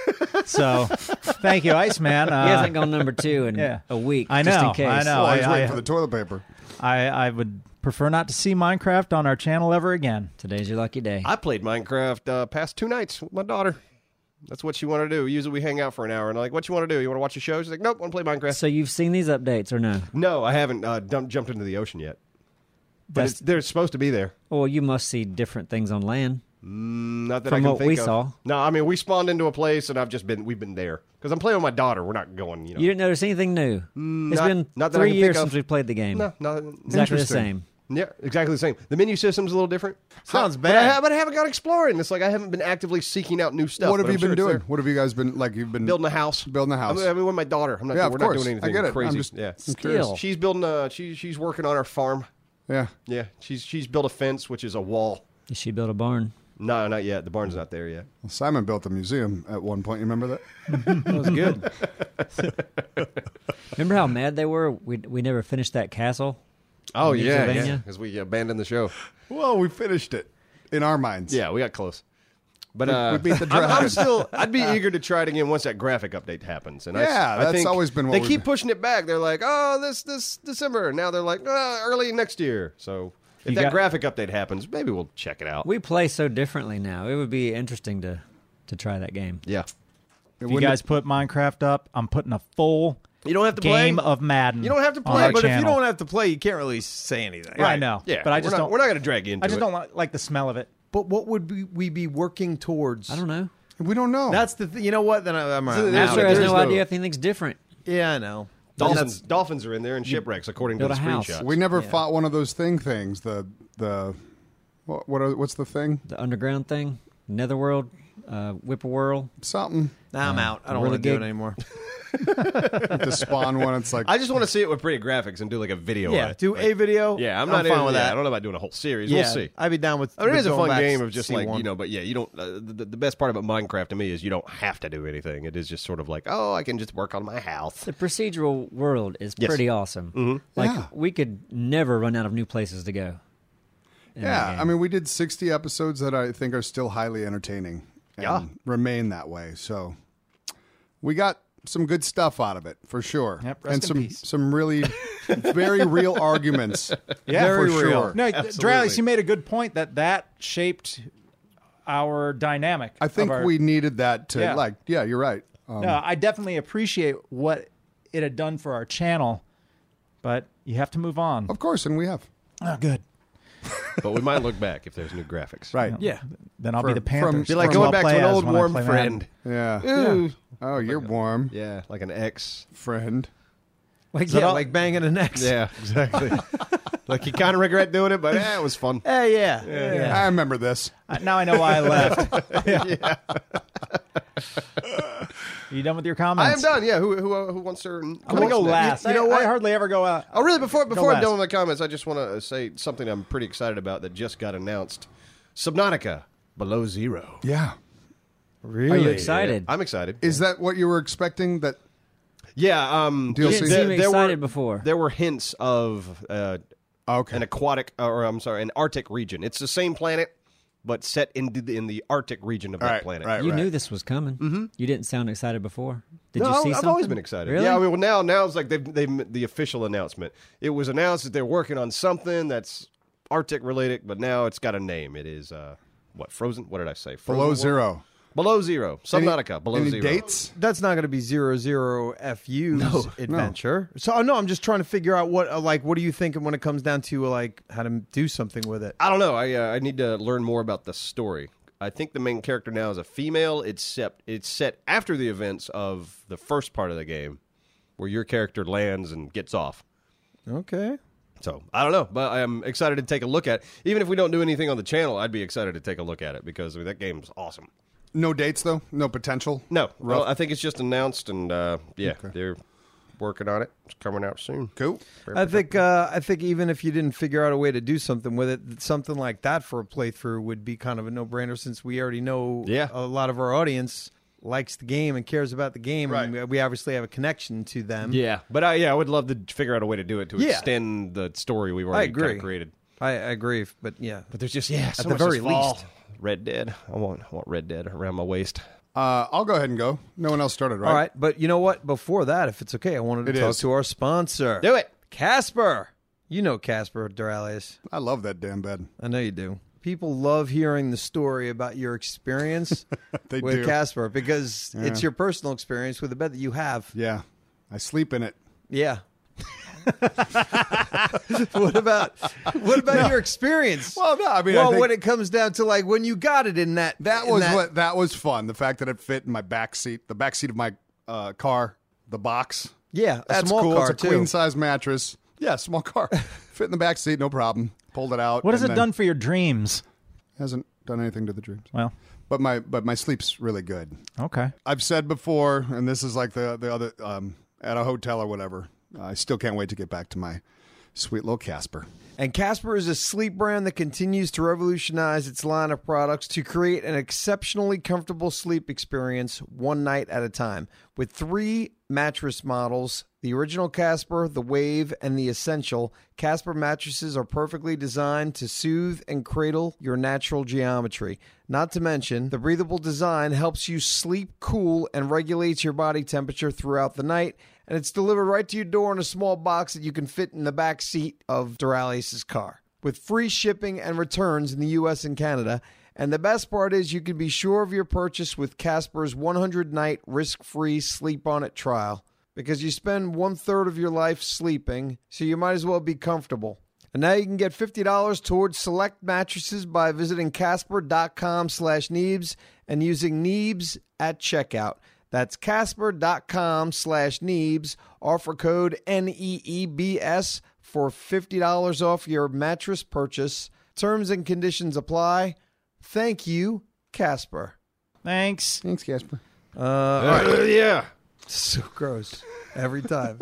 E: So thank you, Iceman. Uh,
C: he hasn't gone number two in
E: yeah.
C: a week.
E: I
C: Just
E: know,
C: in case.
E: I know.
D: Well, I was
E: I-
D: waiting
E: I-
D: for the toilet paper.
E: I, I would prefer not to see Minecraft on our channel ever again.
C: Today's your lucky day.
B: I played Minecraft uh, past two nights with my daughter. That's what she wanted to do. Usually we hang out for an hour and like, what you want to do? You want to watch a show? She's like, nope, want to play Minecraft.
C: so you've seen these updates or no?
B: No, I haven't uh, dump, jumped into the ocean yet. But
C: That's-
B: it's, they're supposed to be there.
C: Well, you must see different things on land.
B: Not that I
C: From
B: can
C: what
B: think
C: we
B: of.
C: saw.
B: No, I mean we spawned into a place and I've just been we've been there because I'm playing with my daughter. We're not going. You know,
C: You didn't notice anything new. It's
B: Mm, not-
C: been
B: not that I
C: three
B: can think
C: years
B: of.
C: since we played the game.
B: no, no,
C: exactly the
D: Interesting.
C: same.
B: yeah, exactly the same. The menu system's a little different.
A: Sounds
B: But I,
A: bad.
B: ha- but I haven't gone exploring. It's like I haven't been actively seeking out new stuff.
D: what have
B: but
D: you
B: I'm sure
D: been
B: it's
D: doing?
B: there.
D: What have you guys been like? You've been
B: Building a house.
D: Building a house.
B: I mean, I mean, with my daughter. I'm not.
D: yeah,
B: we're
D: of course.
B: not doing anything
D: I get it.
B: crazy.
D: I'm just,
B: yeah,
D: I'm curious.
C: Still.
B: she's building a. She, she's working on our farm.
D: Yeah.
B: Yeah, she's she's built a fence, which is a wall.
C: You should build a barn.
B: No, not yet. The barn's not there yet.
D: Well, Simon built a museum at one point. You remember that?
B: That was good.
C: Remember how mad they were? We we never finished that castle.
B: oh yeah, yeah,
C: Pennsylvania?
B: because we abandoned the show.
D: Well, we finished it in our minds.
B: Yeah, we got close. But uh,
D: we beat the
B: I'm- I'm,
D: dragon.
B: still. I'd be eager to try it again once that graphic update happens. And I s-
D: Yeah,
B: I,
D: that's
B: think
D: always been what
B: they
D: we've-
B: keep pushing it back. They're like, oh, this this December. Now they're like, uh, early next year. So if
E: You
B: that
E: got-
B: graphic update happens, maybe we'll check it out.
C: We play so differently now. It would be interesting to to try that game.
B: yeah,
D: It
E: If you
D: wouldn't-
E: guys put Minecraft up, I'm putting a full
B: you don't have to
E: game
B: play.
E: of Madden.
B: You don't have to
E: on
B: play,
E: our
A: but if you
E: channel.
A: don't have to play, you can't really say anything.
E: Right. I know.
B: Yeah,
E: But I
B: we're
E: just
B: not-
E: don't-
B: We're not going to drag you into
E: I just
B: it.
E: don't li- like the smell of it.
A: But what would we, we be working towards?
C: I don't know.
D: we don't know.
A: That's the th- you know what? Then I, I'm out.
C: Now
A: now.
C: sure has
B: there's
C: no,
B: no-
C: idea if anything's different.
A: Yeah, I know.
B: Dolphins, dolphins are in there and shipwrecks, according to the
C: build a house.
B: screenshots.
D: we never fought one of those thing things. The the what, what are, what's the thing?
C: The underground thing, Netherworld, uh, Whippoorwill.
D: Something
A: Nah, I'm out. I don't
C: Really
A: want to do
C: gig.
A: it anymore.
D: to spawn one. It's like
B: I just want to see it with pretty graphics and do like a video. on
A: Yeah,
B: it.
A: do
B: Like-
A: a video.
B: Yeah, I'm not
A: fine
B: in-
A: with
B: yeah,
A: that.
B: I don't know about doing a whole series.
A: yeah,
B: We'll see.
A: I'd be down with.
B: I mean, it
A: with
B: is a
A: going
B: fun
A: back
B: game
A: to
B: of just
A: see
B: like
A: one.
B: you know, but yeah, you don't. Uh, the, the best part about Minecraft to me is you don't have to do anything. It is just sort of like, oh, I can just work on my house.
C: The procedural world is
B: Yes. Mm-hmm.
C: pretty awesome. Like
D: Yeah.
C: we could never run out of new places to go. in that
D: yeah.
C: game.
D: I mean, we did sixty episodes that I think are still highly entertaining. And
B: Yeah.
D: remain that way. So we got some good stuff out of it for sure,
E: Yep, rest
D: and
E: in
D: some
E: peace.
D: some really very real arguments. Yeah,
E: Very
D: for
A: real.
D: sure.
E: No,
B: Absolutely.
E: Dralis, you made a good point that that shaped our dynamic.
D: I
E: of
D: think
E: our-
D: we needed that to
E: Yeah.
D: like. Yeah, you're right. Um,
E: No, I definitely appreciate what it had done for our channel, but you have to move on.
D: Of course, and we have
E: Oh, good.
B: but we might look back if there's new graphics.
D: right.
A: yeah,
E: Then I'll
D: For-
E: be the Panthers.
B: Be like
E: That's what
B: going
E: I'll
B: back
E: play
B: to an
E: as
B: old
E: when I
B: warm
E: play
B: friend.
E: Madden.
D: Yeah.
B: Ooh.
D: Oh, you're warm,
B: Yeah, like an ex.
D: friend.
A: like,
E: it
A: yeah,
E: all-
A: like banging an ex.
B: Yeah, exactly. like you kind of regret doing it, but yeah, it was fun.
A: Eh, yeah, yeah.
D: I remember this.
E: Uh, Now I know why I left. Are you done with your
B: I
E: comments?
B: am done. Yeah, who uh, who, who wants to?
E: I'm gonna go last.
B: You, know
E: I,
B: what?
E: I hardly ever go out.
B: Oh, really? Before before I'm
E: last.
B: done with my comments, I just want to say something I'm pretty excited about that just got announced. Subnautica Below Zero.
D: Yeah.
A: Really?
C: Are you excited?
B: I'm excited.
D: Is that what you were expecting? That
B: yeah. Um,
D: You didn't
B: there-
D: seem
B: there
C: excited
B: were,
C: before.
B: There were hints of uh,
D: okay?
B: an aquatic, uh, or I'm sorry, an Arctic region. It's the same planet, but set in the, in the Arctic region of that
D: right,
B: planet.
D: right,
C: you
D: right.
C: knew this was coming. Mm-hmm. You didn't sound excited before. Did
B: no,
C: you see
B: I've
C: something?
B: always been excited.
C: Really?
B: Yeah, I mean, well, now now it's like they've they've the official announcement. It was announced that they're working on something that's Arctic related, but now it's got a name. It is uh, what Frozen? What did I say? Frozen
D: below
B: World?
D: zero.
B: Below zero. Subnautica. below
D: Any
B: zero.
D: dates?
A: That's not going to be zero zero fu's adventure. So oh, no, I'm just trying to figure out what uh, like what do you think when it comes down to like how to do something with it.
B: I don't know. I uh, I need to learn more about the story. I think the main character now is a female. It's set it's set after the events of the first part of the game, where your character lands and gets off.
A: Okay,
B: So I don't know, but I'm excited to take a look at. Even if we don't do anything on the channel, I'd be excited to take a look at it because I mean, that game's awesome.
D: No dates though. No potential.
B: No, well, I think it's just announced, and uh, yeah, they're working on it. It's coming out soon.
D: Cool.
A: I think uh, I think even if you didn't figure out a way to do something with it, something like that for a playthrough would be kind of a no-brainer since we already know
B: Yeah.
A: a lot of our audience likes the game and cares about the game, and we- we obviously have a connection to them.
B: Yeah, but I yeah, I would love to figure out a way to do it to
A: Yeah.
B: extend the story we've
A: I
B: already kinda
A: agree.
B: created.
A: I, I agree, but yeah,
B: But there's just yeah, at
A: the very least.
B: Red Dead. I want I want Red Dead around my waist.
D: Uh, I'll go ahead and go. No one else started, right?
A: All right, but you know what? Before that, if it's okay, I wanted to
D: It
A: talk
D: is.
A: to our sponsor.
B: Do it.
A: Casper. You know Casper Durales.
D: I love that damn bed.
A: I know you do. People love hearing the story about your experience
D: They
A: with
D: do.
A: Casper because it's
D: Yeah.
A: your personal experience with the bed that you have.
D: Yeah, I sleep in it.
A: Yeah. what about what about your experience?
D: Well, no, I mean, I
A: well,
D: think-
A: when it comes down to like when you got it in that
D: That
A: in
D: was what that was fun. The fact that it fit in my back seat, the back seat of my uh, car, the box.
A: Yeah, a
D: that's
A: small
D: cool.
A: car
D: it's a
A: too.
D: queen size mattress. Yeah, small car. fit in the back seat, no problem. Pulled it out.
E: What has
D: and
E: it
D: then-
E: done for your dreams?
D: Hasn't done anything to the dreams.
E: Well,
D: But my but my sleep's really good.
E: okay.
D: I've said before, and this is like the the other um, at a hotel or whatever. I still can't wait to get back to my sweet little Casper.
A: And Casper is a sleep brand that continues to revolutionize its line of products to create an exceptionally comfortable sleep experience one night at a time. With three mattress models the original Casper, the Wave, and the Essential, Casper mattresses are perfectly designed to soothe and cradle your natural geometry. Not to mention, the breathable design helps you sleep cool and regulates your body temperature throughout the night and it's delivered right to your door in a small box that you can fit in the back seat of Durales's car. With free shipping and returns in the US and Canada, and the best part is you can be sure of your purchase with Casper's 100 night risk free sleep on it trial because you spend one third of your life sleeping, so you might as well be comfortable. And now you can get $50 towards select mattresses by visiting casper.com slash Neebs and using Neebs at checkout. That's casper.com slash Neebs. Offer code E N-E-E-B-S for $50 off your mattress purchase. Terms and conditions apply. Thank you, Casper.
E: Thanks.
D: Thanks, Casper.
B: yeah.
A: So gross. Every time.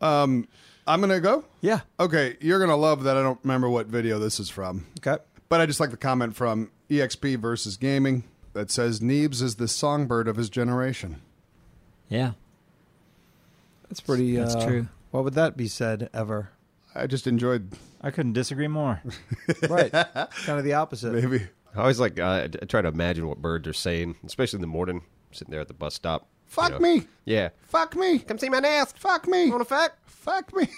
D: I'm gonna go.
A: yeah.
D: Okay, you're gonna love that. I don't remember what video this is from.
A: Okay.
D: But I just like the comment from EXP versus gaming that says Neebs is the songbird of his generation.
C: Yeah,
A: That's pretty.
C: That's
A: uh,
C: true.
A: Why would that be said ever?
D: I just enjoyed
E: I couldn't disagree more.
A: Right. kind of the opposite.
D: maybe
B: I always like uh, I try to imagine what birds are saying, especially in the morning, sitting there at the bus stop. you
D: fuck
B: know.
D: me,
B: Yeah.
D: fuck me,
B: Come see my nest.
D: fuck me,
B: Wanna fuck?
D: fuck me.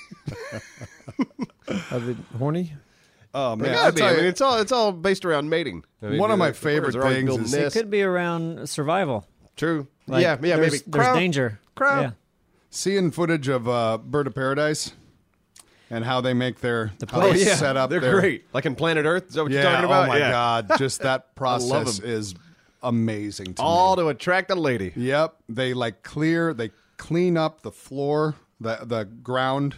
A: Are they horny?
D: Oh man,
B: Yeah,
D: I'll
B: I mean,
D: tell you,
B: it's all it's all based around mating. I mean,
D: One of
B: the-
D: my
B: the birds
D: favorite
B: are already
D: things
B: building
D: is-
C: it
B: nests.
C: could be around survival.
B: true.
C: Like,
B: yeah, yeah,
C: there's,
B: maybe.
C: There's
B: Crow.
C: danger.
B: Crow.
C: Yeah.
D: seeing footage of uh, Bird of Paradise and how they make their the
B: Oh
D: How they
B: yeah,
D: set up.
B: They're
D: their,
B: great. Like in Planet Earth. Is that what
D: Yeah.
B: you're talking about?
D: Oh my
B: yeah.
D: god, just that process
B: 'em.
D: is amazing. To
B: All
D: me.
B: to attract a lady.
D: Yep, they like clear, they clean up the floor, the the ground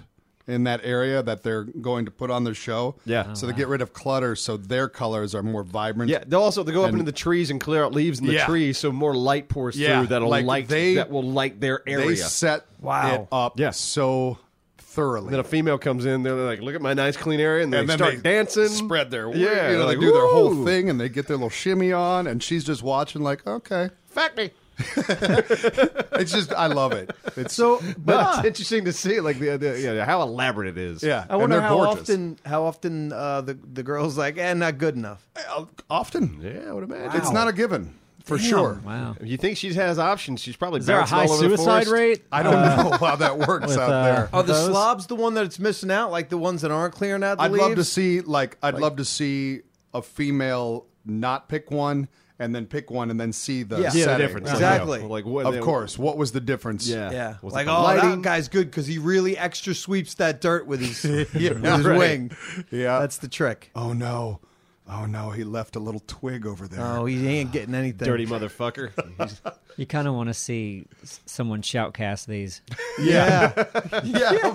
D: in that area that they're going to put on their show.
B: Yeah.
D: so they
A: Oh,
D: get rid of clutter, so their colors are more vibrant.
B: Yeah, they'll also they go up
D: And-
B: into the trees and clear out leaves in the
D: Yeah.
B: trees, so more light pours
D: Yeah,
B: through that'll
D: like
B: light
D: they-
B: that will light their area.
D: they set
A: Wow.
D: it up
B: Yeah.
D: so thoroughly.
B: then a female comes in, they're like, "Look at my nice clean area," and, they start dancing,
D: spread their
B: yeah,
D: yeah, you know,
B: like,
D: they do their whole
B: "Woo!"
D: thing, and they get their little shimmy on, and she's just watching like, okay,
B: Fuck me.
D: it's just I love it. It's
A: So,
B: But
A: but
B: it's interesting to see, like the, the yeah, how elaborate it is.
D: yeah,
A: I wonder
D: and they're
A: how
D: gorgeous.
A: often how often uh, the the girls like, eh, not good enough.
D: Uh, often
B: yeah, I would imagine.
D: it's not a given for sure.
C: Oh, Wow.
B: You think she has options? She's probably
E: Is there a
B: bouncing
E: high
B: all over the
E: suicide
B: forest.
E: rate?
D: I don't
A: Uh,
D: know how that works
E: with,
D: out
E: uh,
D: there.
A: Are the
E: Those?
A: slobs the one that's missing out, like the ones that aren't clearing out the
D: I'd
A: leaves?
D: love to see like I'd love to see a female not pick one and then pick one and then see the
A: Yeah.
B: Yeah, the
D: setting.
B: difference.
D: Like,
A: Exactly.
B: Like, what?
D: Of
B: they-
D: course, what was the difference?
B: Yeah.
A: Yeah,
B: Was it
A: like
B: the
A: oh,
B: lighting?
A: that guy's good because he really extra sweeps that dirt with his, with his
D: right.
A: wing.
D: Yeah.
A: that's the trick.
D: Oh no. Oh no, he left a little twig over there.
B: Um,
A: Oh, he ain't getting anything.
B: Dirty motherfucker. He's-
C: You kind of want to see s- someone shoutcast these.
D: yeah, yeah, of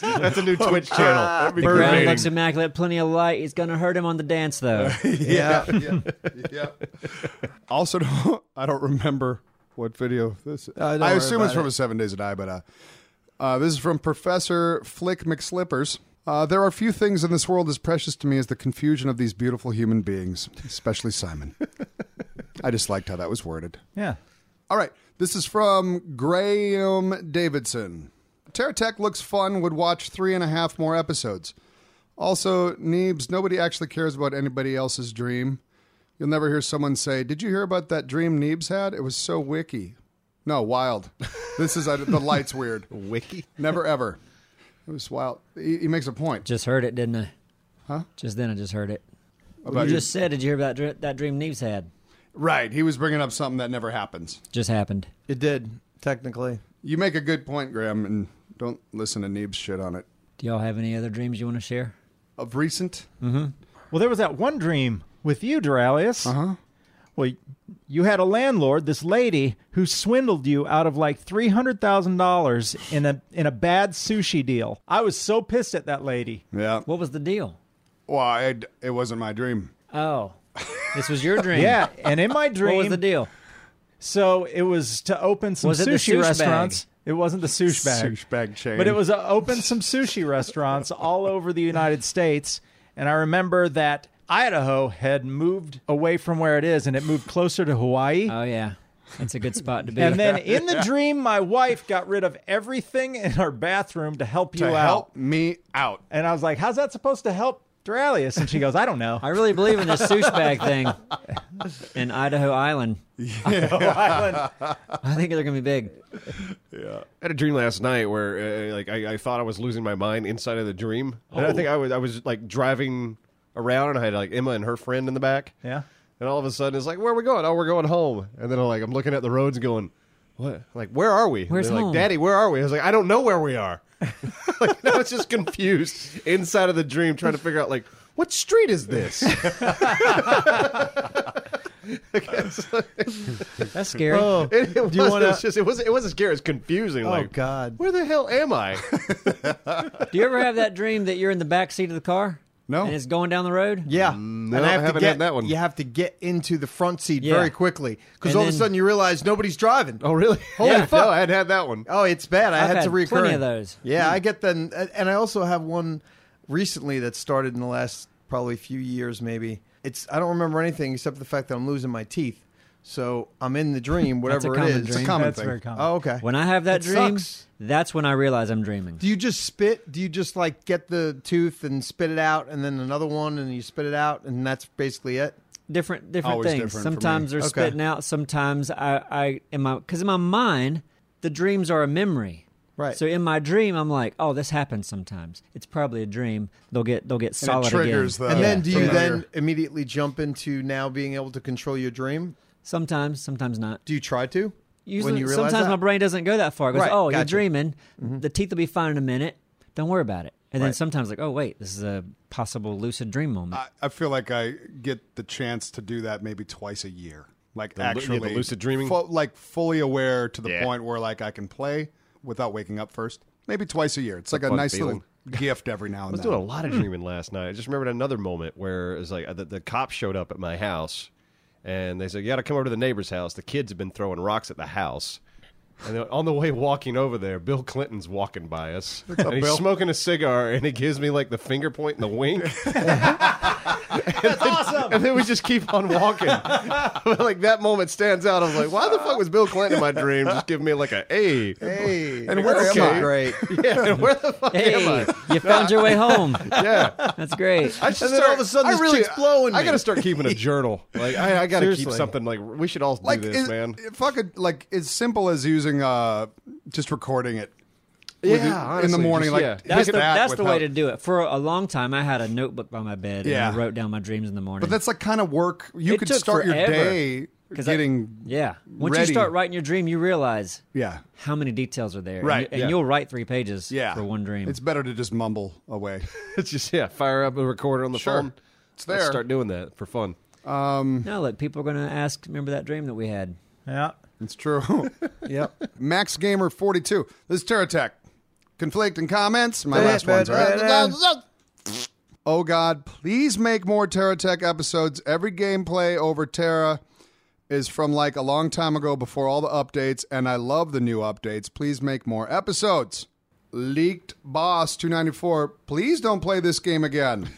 B: That's a new Twitch channel.
C: The
D: Bird
C: ground
D: rating.
C: looks immaculate, plenty of light. It's gonna hurt him on the dance though.
D: yeah, yeah, yeah. Also, don't, I don't remember what video this. Is.
A: Uh, don't
D: I
A: worry
D: assume it's
A: about
D: from
A: it.
D: a Seven Days a Die, but uh, uh, this is from Professor Flick McSlippers. Uh, there are few things in this world as precious to me as the confusion of these beautiful human beings, especially Simon. I just liked how that was worded.
E: Yeah.
D: All right. This is from Graham Davidson. Terra Tech looks fun, would watch three and a half more episodes. Also, Neebs, nobody actually cares about anybody else's dream. You'll never hear someone say, Did you hear about that dream Neebs had? It was so wicky. No, wild. This is, I- the light's weird.
B: Wiki.
D: Never ever. It was wild. He, he makes a point.
C: Just heard it, didn't I? Huh? Just then, I just heard it.
D: About
C: you
D: your-
C: just said, did you hear about that, dr- that dream Neves had?
D: right. He was bringing up something that never happens.
C: Just happened.
A: It did technically.
D: You make a good point, Graham, and don't listen to Neebs' shit on it.
C: Do y'all have any other dreams you want to share?
D: Of recent,
E: Well, there was that one dream with you, Duralius. Uh
C: Uh-huh.
E: huh. Well, you had a landlord, this lady, who swindled you out of like three hundred thousand dollars in a in a bad sushi deal. I was so pissed at that lady.
D: yeah.
C: What was the deal?
D: Well, I, it wasn't my dream.
C: Oh, this was your dream.
E: Yeah, and in my dream,
C: What was the deal?
E: so it was to open some
C: Was it the
E: sushi
C: sush
E: restaurants. It wasn't the sushi bag.
D: Sush bag chain.
E: But it was uh, open some sushi restaurants all over the United States. And I remember that Idaho had moved away from where it is and it moved closer to Hawaii.
C: Oh yeah, that's a good spot to be.
E: and then in the dream, my wife got rid of everything in our bathroom to help you
D: to
E: out.
D: help me out.
E: And I was like, how's that supposed to help Duralius? And she goes, I don't know.
C: I really believe in this sush bag thing in Idaho Island. I think they're gonna be big.
B: I had a dream last night where uh, like I, I thought I was losing my mind inside of the dream, and I think I was I was like driving around, and I had like Emma and her friend in the back.
E: Yeah.
B: And all of a sudden, it's like, where are we going? Oh, we're going home. And then I'm like, I'm looking at the roads, and going, what? Like, where are we?
C: Where's
B: They're like,
C: home?
B: Daddy, where are we? I was like, I don't know where we are. like, I was just confused inside of the dream, trying to figure out like, what street is this?
C: That's scary.
B: It, it was,
A: Do you wanna-
B: it was just it wasn't it wasn't scary. It's confusing.
A: Oh
B: like,
A: God.
B: where the hell am I?
C: Do you ever have that dream that you're in the back seat of the car?
D: No.
C: And it's going down the road.
A: Yeah, and I have
B: haven't
A: to
B: had
A: get
B: that one.
A: You have to get into the front seat
C: Yeah.
A: very quickly because
C: And
A: all of a
C: then-
A: sudden you realize nobody's driving.
B: oh, really? Holy
C: Yeah.
B: fuck! No, I had had that one.
A: Oh, it's bad. I
C: I've
A: had, to
C: had
A: recur.
C: plenty of those. Hmm.
A: Yeah, I get them, and- and I also have one recently that started in the last probably few years, maybe. It's I don't remember anything except the fact that I'm losing my teeth. So I'm in the dream,
C: That's a
A: whatever it
C: common
A: is.
C: dream.
D: Common
E: That's
D: thing.
E: very common.
A: Oh, okay.
C: When I have that
A: It
C: dream,
A: sucks.
C: that's when I realize I'm dreaming.
A: do you just spit? Do you just like get the tooth and spit it out, and then another one, and you spit it out, and that's basically it?
C: different different
D: Always
C: things.
D: different for
C: sometimes they're
A: Okay.
C: spitting out. Sometimes I, I in my because in my mind the dreams are a memory.
A: Right.
C: So in my dream I'm like, oh, this happens sometimes. It's probably a dream. They'll get they'll get solid
D: triggers
C: again.
D: the-
A: And
D: Yeah.
A: then do you then
D: Familiar.
A: immediately jump into now being able to control your dream?
C: Sometimes, sometimes not.
A: Do you try to?
C: Usually,
A: when you realize
C: sometimes
A: that?
C: my brain doesn't go that far. It goes,
A: Right,
C: oh, you're
A: gotcha.
C: dreaming. The teeth will be fine in a minute. Don't worry about it. And then
A: Right.
C: sometimes like, oh wait, this is a possible lucid dream moment.
D: I, I feel like I get the chance to do that maybe twice a year. Like
B: lu- yeah, the
D: actually,
B: lucid dreaming?
D: fu- like fully aware to the
B: Yeah.
D: point where like I can play without waking up first. Maybe twice a year. It's like a
B: fun
D: nice
B: feeling.
D: little gift every now and
B: I was
D: then.
B: doing a lot of dreaming last night. I just remembered another moment where it was like uh, the, the cops showed up at my house and they said, You got to come over to the neighbor's house. The kids have been throwing rocks at the house. And then on the way walking over there, Bill Clinton's walking by us. and he's
D: Bill.
B: smoking a cigar and he gives me like the finger point and the wink. That's awesome. And then we just keep on walking. But, like that moment stands out. I was like, Why the fuck was Bill Clinton in my dream just giving me like a hey?
A: Hey,
D: And where
A: that's
D: am I?
A: not Great.
B: Yeah, and where the fuck
C: hey,
B: am
C: you found your way home.
B: I? Yeah.
C: That's great.
B: I should
A: And then all of a sudden
B: I
A: this chick's blowing
B: I
A: me.
B: gotta start keeping a journal. Like I, I gotta keep
A: Seriously.
B: something. Like we should all do
D: like
B: this,
D: is-
B: man.
D: fucking like as simple as using uh just recording it.
B: Yeah,
D: with you- in
B: honestly,
D: the morning,
B: just-
D: like
B: yeah.
C: That's
D: look
C: the,
D: at that
C: that's the way
D: without-
C: to do it. For a long time, I had a notebook by my bed
D: Yeah.
C: and I wrote down my dreams in the morning.
D: But that's like kind of work you
C: It
D: could
C: took
D: start your
C: forever.
D: day
C: 'Cause I-
D: getting
C: yeah. Once
D: ready.
C: you start writing your dream, you realize
D: yeah
C: how many details are there.
D: Right,
C: And, and
B: yeah.
C: you'll write three pages
D: yeah
C: for one dream.
D: It's better to just mumble away.
B: It's just yeah, fire up a recorder on the
D: Sure.
B: phone.
D: It's there.
B: Let's start doing that for fun.
C: No, look, people are going to ask, remember that dream that we had?
E: Yeah.
D: It's true. yep. Max Gamer 42. This is TerraTech. Conflicting comments. My last one's right. Oh God, please make more TerraTech episodes. Every gameplay over Terra is from like a long time ago before all the updates, and I love the new updates. Please make more episodes. Leaked Boss 294, please don't play this game again.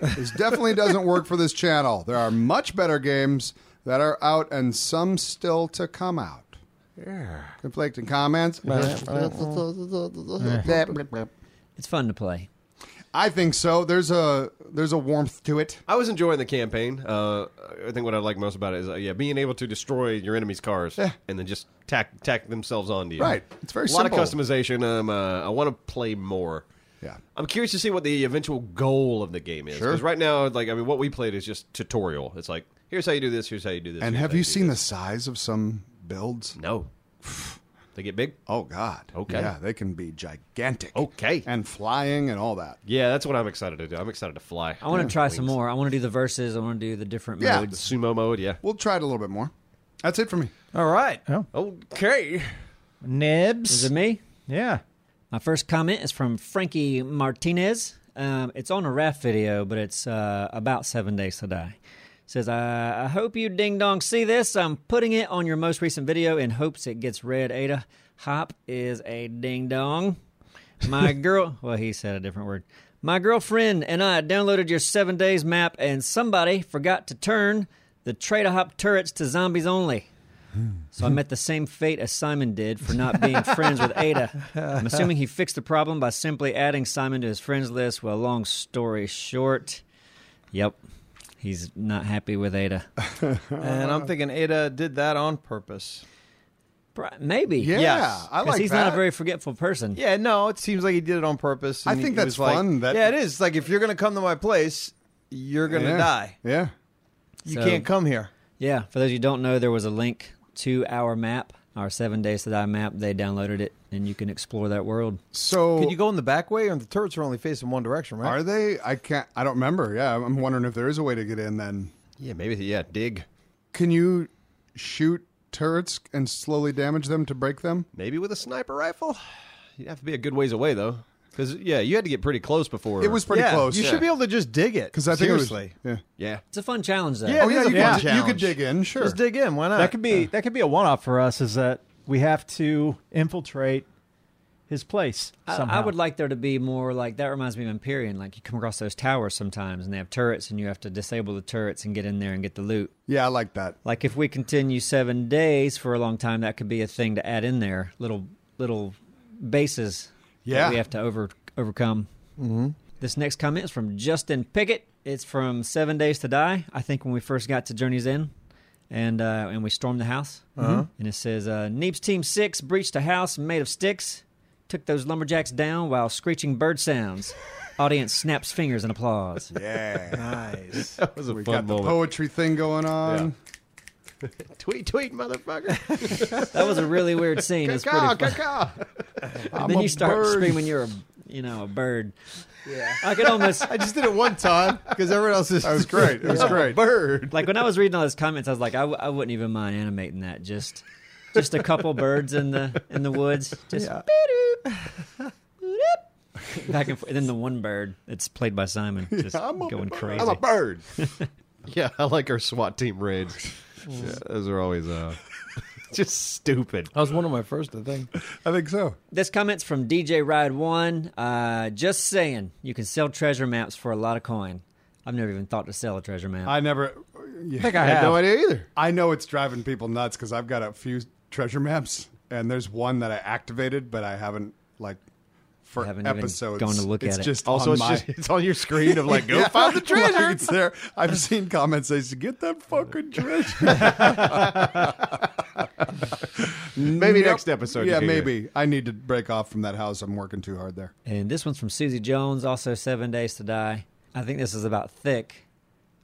D: this definitely doesn't work for this channel. There are much better games that are out and some still to come out. Conflicting comments.
C: It's fun to play.
D: I think so. There's a there's a warmth to it.
B: I was enjoying the campaign. Uh, I think what I like most about it is, uh, yeah, being able to destroy your enemy's cars and then just tack tack themselves onto you.
D: Right. It's very
B: a lot
D: simple.
B: of customization. Um, uh, I want to play more.
D: Yeah.
B: I'm curious to see what the eventual goal of the game is.
D: Sure.
B: Because right now, like I mean, what we played is just tutorial. It's like here's how you do this. Here's how you do this.
D: And
B: here's
D: have
B: how
D: you
B: do
D: seen the
B: this.
D: size of some builds?
B: No. they get big.
D: Oh God.
B: Okay.
D: Yeah, they can be gigantic.
B: Okay.
D: And flying and all that.
B: Yeah, that's what I'm excited to do. I'm excited to fly.
C: I want to try some more. I want to do the verses. I want to do the different
D: Yeah.
B: the
C: modes.
B: sumo mode. Yeah.
D: We'll try it a little bit more. That's it for me.
A: All right.
B: Okay.
C: Is
E: Oh. Nibs.
C: it me?
E: Yeah.
C: My first comment is from Frankie Martinez. Um, it's on a raft video, but it's uh, about seven days to die. Says, I, I hope you ding dong see this. I'm putting it on your most recent video in hopes it gets read. Ada Hop is a ding dong. My girl, well, he said a different word. My girlfriend and I downloaded your seven days map, and somebody forgot to turn the Trader Hop turrets to zombies only. So I met the same fate as Simon did for not being friends with Ada. I'm assuming he fixed the problem by simply adding Simon to his friends list. Well, long story short, yep, he's not happy with Ada.
A: And I'm thinking Ada did that on purpose.
C: Pri- Maybe.
D: Yeah.
A: Yes.
D: I
C: 'Cause
D: like
C: he's
D: that.
C: not a very forgetful person.
A: Yeah, no, it seems like he did it on purpose.
D: I
A: and he-
D: think
A: it was
D: that's
A: like-
D: fun, that-
A: yeah, it is. Like if you're gonna come to my place, you're gonna
D: yeah.
A: die.
D: Yeah.
A: You
C: So-
A: can't come here.
C: Yeah, for those who don't know, there was a link to our map, our Seven Days to Die map. They downloaded it, and you can explore that world.
D: So
A: Could you go in the back way, or the turrets are only facing one direction, right?
D: are they? I can't. I don't remember. Yeah, I'm- I'm wondering if there is a way to get in. Then
B: Yeah, maybe. Yeah, dig.
D: can you shoot turrets and slowly damage them to break them?
B: Maybe with a sniper rifle. You'd have to be a good ways away though, because yeah, you had to get pretty close before.
D: It was pretty
A: yeah,
D: close.
A: You
D: yeah.
A: should be able to just dig it.
D: Because I think
A: seriously,
D: it was. Yeah.
B: yeah.
C: It's a fun challenge, though.
A: Yeah,
D: Oh
A: it
D: yeah,
A: is
D: you
A: a fun
D: could, you could
A: challenge.
D: dig in. Sure.
A: just dig in. Why not?
E: That could be that could be a one off for us. Is that we have to infiltrate his place
C: I-
E: somehow.
C: I would like there to be more like that. Reminds me of Empyrean. Like you come across those towers sometimes, and they have turrets, and you have to disable the turrets and get in there and get the loot.
D: Yeah, I like that.
C: Like if we continue seven days for a long time, that could be a thing to add in there. Little little bases
D: Yeah.
C: that we have to over overcome. Mm-hmm. This next comment is from Justin Pickett. It's from Seven Days to Die. I think when we first got to Journey's End, and uh, and we stormed the house,
D: Uh-huh.
C: and it says uh, Neep's Team Six breached a house made of sticks, took those lumberjacks down while screeching bird sounds. Audience snaps fingers and applause.
D: Yeah.
A: nice.
B: That was a
D: we
B: fun
D: got the
B: moment.
D: poetry thing going on.
B: tweet, tweet, motherfucker.
C: That was a really weird scene. It's pretty
B: Caw,
C: fun.
B: caw, caw.
C: And then you start screaming you're a you know a bird yeah i could almost
A: I just did it one time because everyone else is.
D: That was great. It was great.
B: Bird.
C: like when i was reading all those comments i was like I, w- I wouldn't even mind animating that just just a couple birds in the in the woods just boop-doop, boop-doop. back and forth and then the one bird it's played by simon just
D: I'm a
C: going
D: bird.
C: crazy
B: I'm a bird. yeah, I like our SWAT team raids. Yeah, those are always uh, just stupid.
A: That was one of my first, I think.
D: I think so.
C: This comment's from DJ Ride One. Uh, just saying, you can sell treasure maps for a lot of coin. I've never even thought to sell a treasure map.
D: I never. Yeah. I
E: think I had no
D: idea either. I know it's driving people nuts because I've got a few treasure maps, and there's one that I activated, but I haven't like for
C: I haven't even
D: episodes
C: gone to look
D: it's
C: at it.
D: Just
B: Also,
D: on
B: it's
D: my-
B: just it's on your screen of like, go
D: Yeah.
B: find the treasure.
D: Like, it's there. I've seen comments that say, "Get that fucking treasure."
B: Maybe next episode you
D: Yeah,
B: can get it.
D: maybe. I need to break off from that house. I'm working too hard there.
C: And this one's from Susie Jones, also Seven Days to Die. I think this is about thick.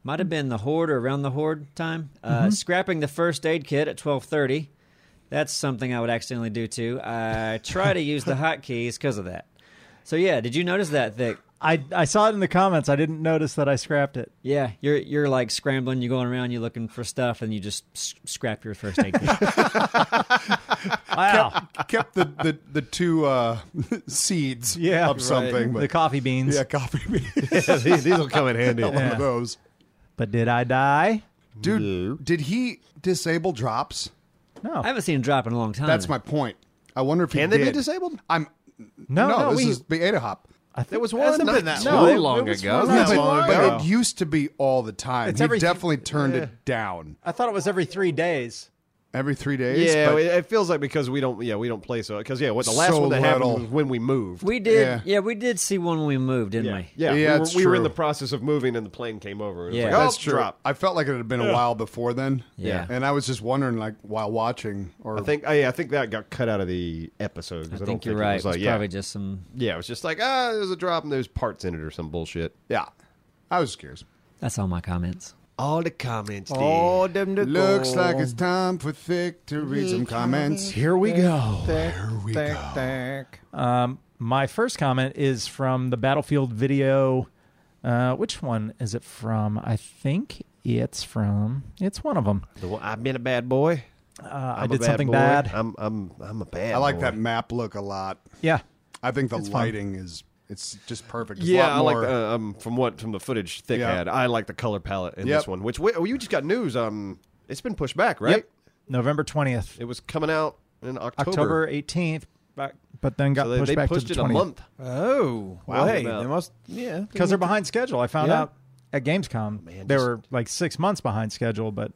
C: Might have been the horde or around the horde time.
B: Mm-hmm.
C: Uh, Scrapping the first aid kit at twelve thirty. That's something I would accidentally do too. I try to use the hotkeys because of that. So yeah, did you notice that thick?
E: I I saw it in the comments. I didn't notice that I scrapped it.
C: Yeah, you're you're like scrambling, you're going around, you're looking for stuff, and you just s- scrap your first aid kit.
E: Wow.
D: Kept the the, the two uh, seeds
E: Yeah,
D: of
E: right.
D: something.
E: the
D: But,
E: coffee beans.
D: yeah, copy me.
B: these will come in handy.
D: One of those.
E: But did I die?
D: Dude,
B: No.
D: did he disable drops?
E: No.
C: I haven't seen a drop in a long time.
D: That's my point. I wonder if
B: Hmm. Can
D: he
B: they be
D: did.
B: disabled?
D: I'm
E: no, no,
D: this
E: we,
D: is the Ada Hop.
E: I
B: There
E: think
B: was
E: it
B: one
E: hasn't
B: not
E: been
B: that
E: no,
B: too
E: it-
B: long
E: it was
B: ago.
E: one
B: Not
E: not
D: but,
E: too
B: long
E: long
D: but
E: ago.
D: it used to be all the time.
E: It's
D: he
E: every-
D: definitely turned
E: yeah.
D: it down
E: I thought it was every three days.
D: every three days.
B: Yeah,
D: but oh,
B: it it feels like because we don't. Yeah, we don't play so because yeah, what the last
D: So
B: one that
D: little.
B: happened was when we moved.
C: We did,
D: Yeah.
C: yeah. we did see one when we moved, didn't
B: yeah,
C: we?
B: yeah,
D: Yeah,
B: we, were,
D: it's
B: we were in
D: true.
B: the process of moving and the plane came over. It was
C: Yeah.
B: like,
D: that's
B: oh,
D: true.
B: Drop.
D: I felt like it had been a while before then.
C: Yeah.
D: and I was just wondering, like while watching, or
B: I think. oh, yeah, I think that got cut out of the episode. 'cause
C: I
B: I, don't
C: think you're
B: it
C: right.
B: was
C: It's
B: like, yeah,
C: probably just some.
B: yeah, it was just like ah, there's a drop and there's parts in it or some bullshit.
D: yeah, I was curious.
C: That's all my comments.
B: All the comments.
A: Oh, them to
D: Looks
A: go.
D: like it's time for Thick to read some comments.
E: Here we go.
D: Here we
A: Thick,
D: go.
A: thick.
E: Um, my first comment is from the Battlefield video. Uh, which one is it from? I think it's from. It's one of them.
B: The one- I've been a bad boy.
E: Uh, I
B: I'm a
E: did something
B: boy.
E: bad.
B: I'm I'm I'm a bad.
D: I like
B: boy.
D: that map look a lot.
E: yeah.
D: I think the
E: It's fun.
D: lighting is it's just perfect. It's a
B: Yeah,
D: lot
B: I like
D: more-
B: the, um from what from the footage thick
D: Yeah.
B: had. I like the color palette in
D: Yep.
B: this one. Which we, oh, you just got news. Um, it's been pushed back, right?
E: Yep. November twentieth,
B: It was coming out in October.
E: October eighteenth, but then got
B: So they,
E: pushed
B: they
E: back
B: pushed
E: to
B: it
E: the
B: a
E: twentieth
B: month.
A: Oh,
B: Wow.
A: well, hey,
B: About-
A: they must. Yeah,
E: because they're behind schedule. I found
A: Yeah.
E: out at Gamescom they
B: Oh, just-
E: were like six months behind schedule, but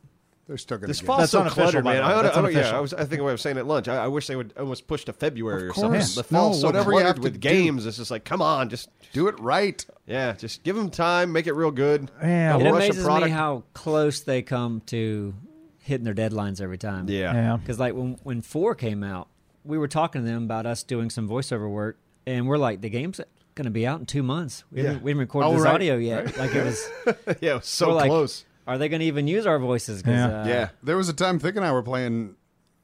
D: They're still gonna
B: This
D: get
B: fall
E: That's
B: so
E: unofficial,
B: cluttered,
E: by
B: man.
E: the way.
B: I,
E: That's
B: oh, yeah,
E: unofficial.
B: I was. I think I was saying at lunch. I, I wish they would almost push to February
D: Of
B: or something.
D: course.
B: The fall's
D: No,
B: so
D: whatever you have
B: cluttered
D: to
B: with
D: do.
B: games. It's just like, come on, just
D: it. do it right.
B: yeah, just give them time, make it real good.
E: Yeah,
B: Don't
C: It
E: Well, Russian
B: rush a
C: amazes me
B: product.
C: how close they come to hitting their deadlines every time.
B: yeah.
E: yeah.
C: Because like when when four came out, we were talking to them about us doing some voiceover work, and we're like, the game's gonna be out in two months. We,
B: Yeah.
C: haven't, we haven't recorded
D: Oh,
C: this
D: right.
C: audio yet. Like it was
B: yeah, it was so
C: we're like,
B: close.
C: Are they gonna even use our voices? 'Cause,
E: Yeah.
C: uh,
B: yeah,
D: There was a time Thick and I were playing.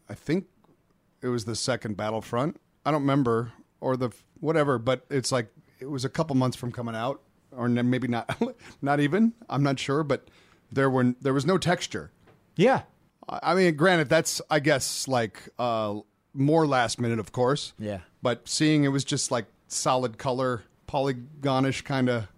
D: I think it was the second Battlefront. I don't remember or the f- whatever, but it's like it was a couple months from coming out, or n- maybe not. not even. I'm not sure, but there were there was no texture.
E: Yeah.
D: I I mean, granted, that's I guess like uh, more last minute, of course.
C: Yeah.
D: But seeing it was just like solid color, polygonish kind of.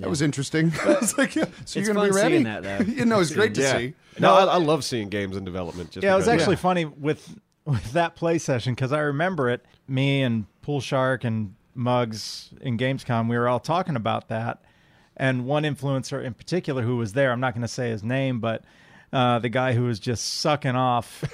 D: That was interesting. it's like, yeah, so
C: Mm-hmm. It's
D: you're gonna be
C: fun
D: ready.
C: seeing that, though.
D: you know, it's great to
B: yeah.
D: see.
B: No, I, I love seeing games in development. Just
E: Yeah, it was
B: because-
E: actually funny with with that play session because I remember it. Me and Pool Shark and Muggs in Gamescom, we were all talking about that, and one influencer in particular who was there. I'm not going to say his name, but uh, the guy who was just sucking off.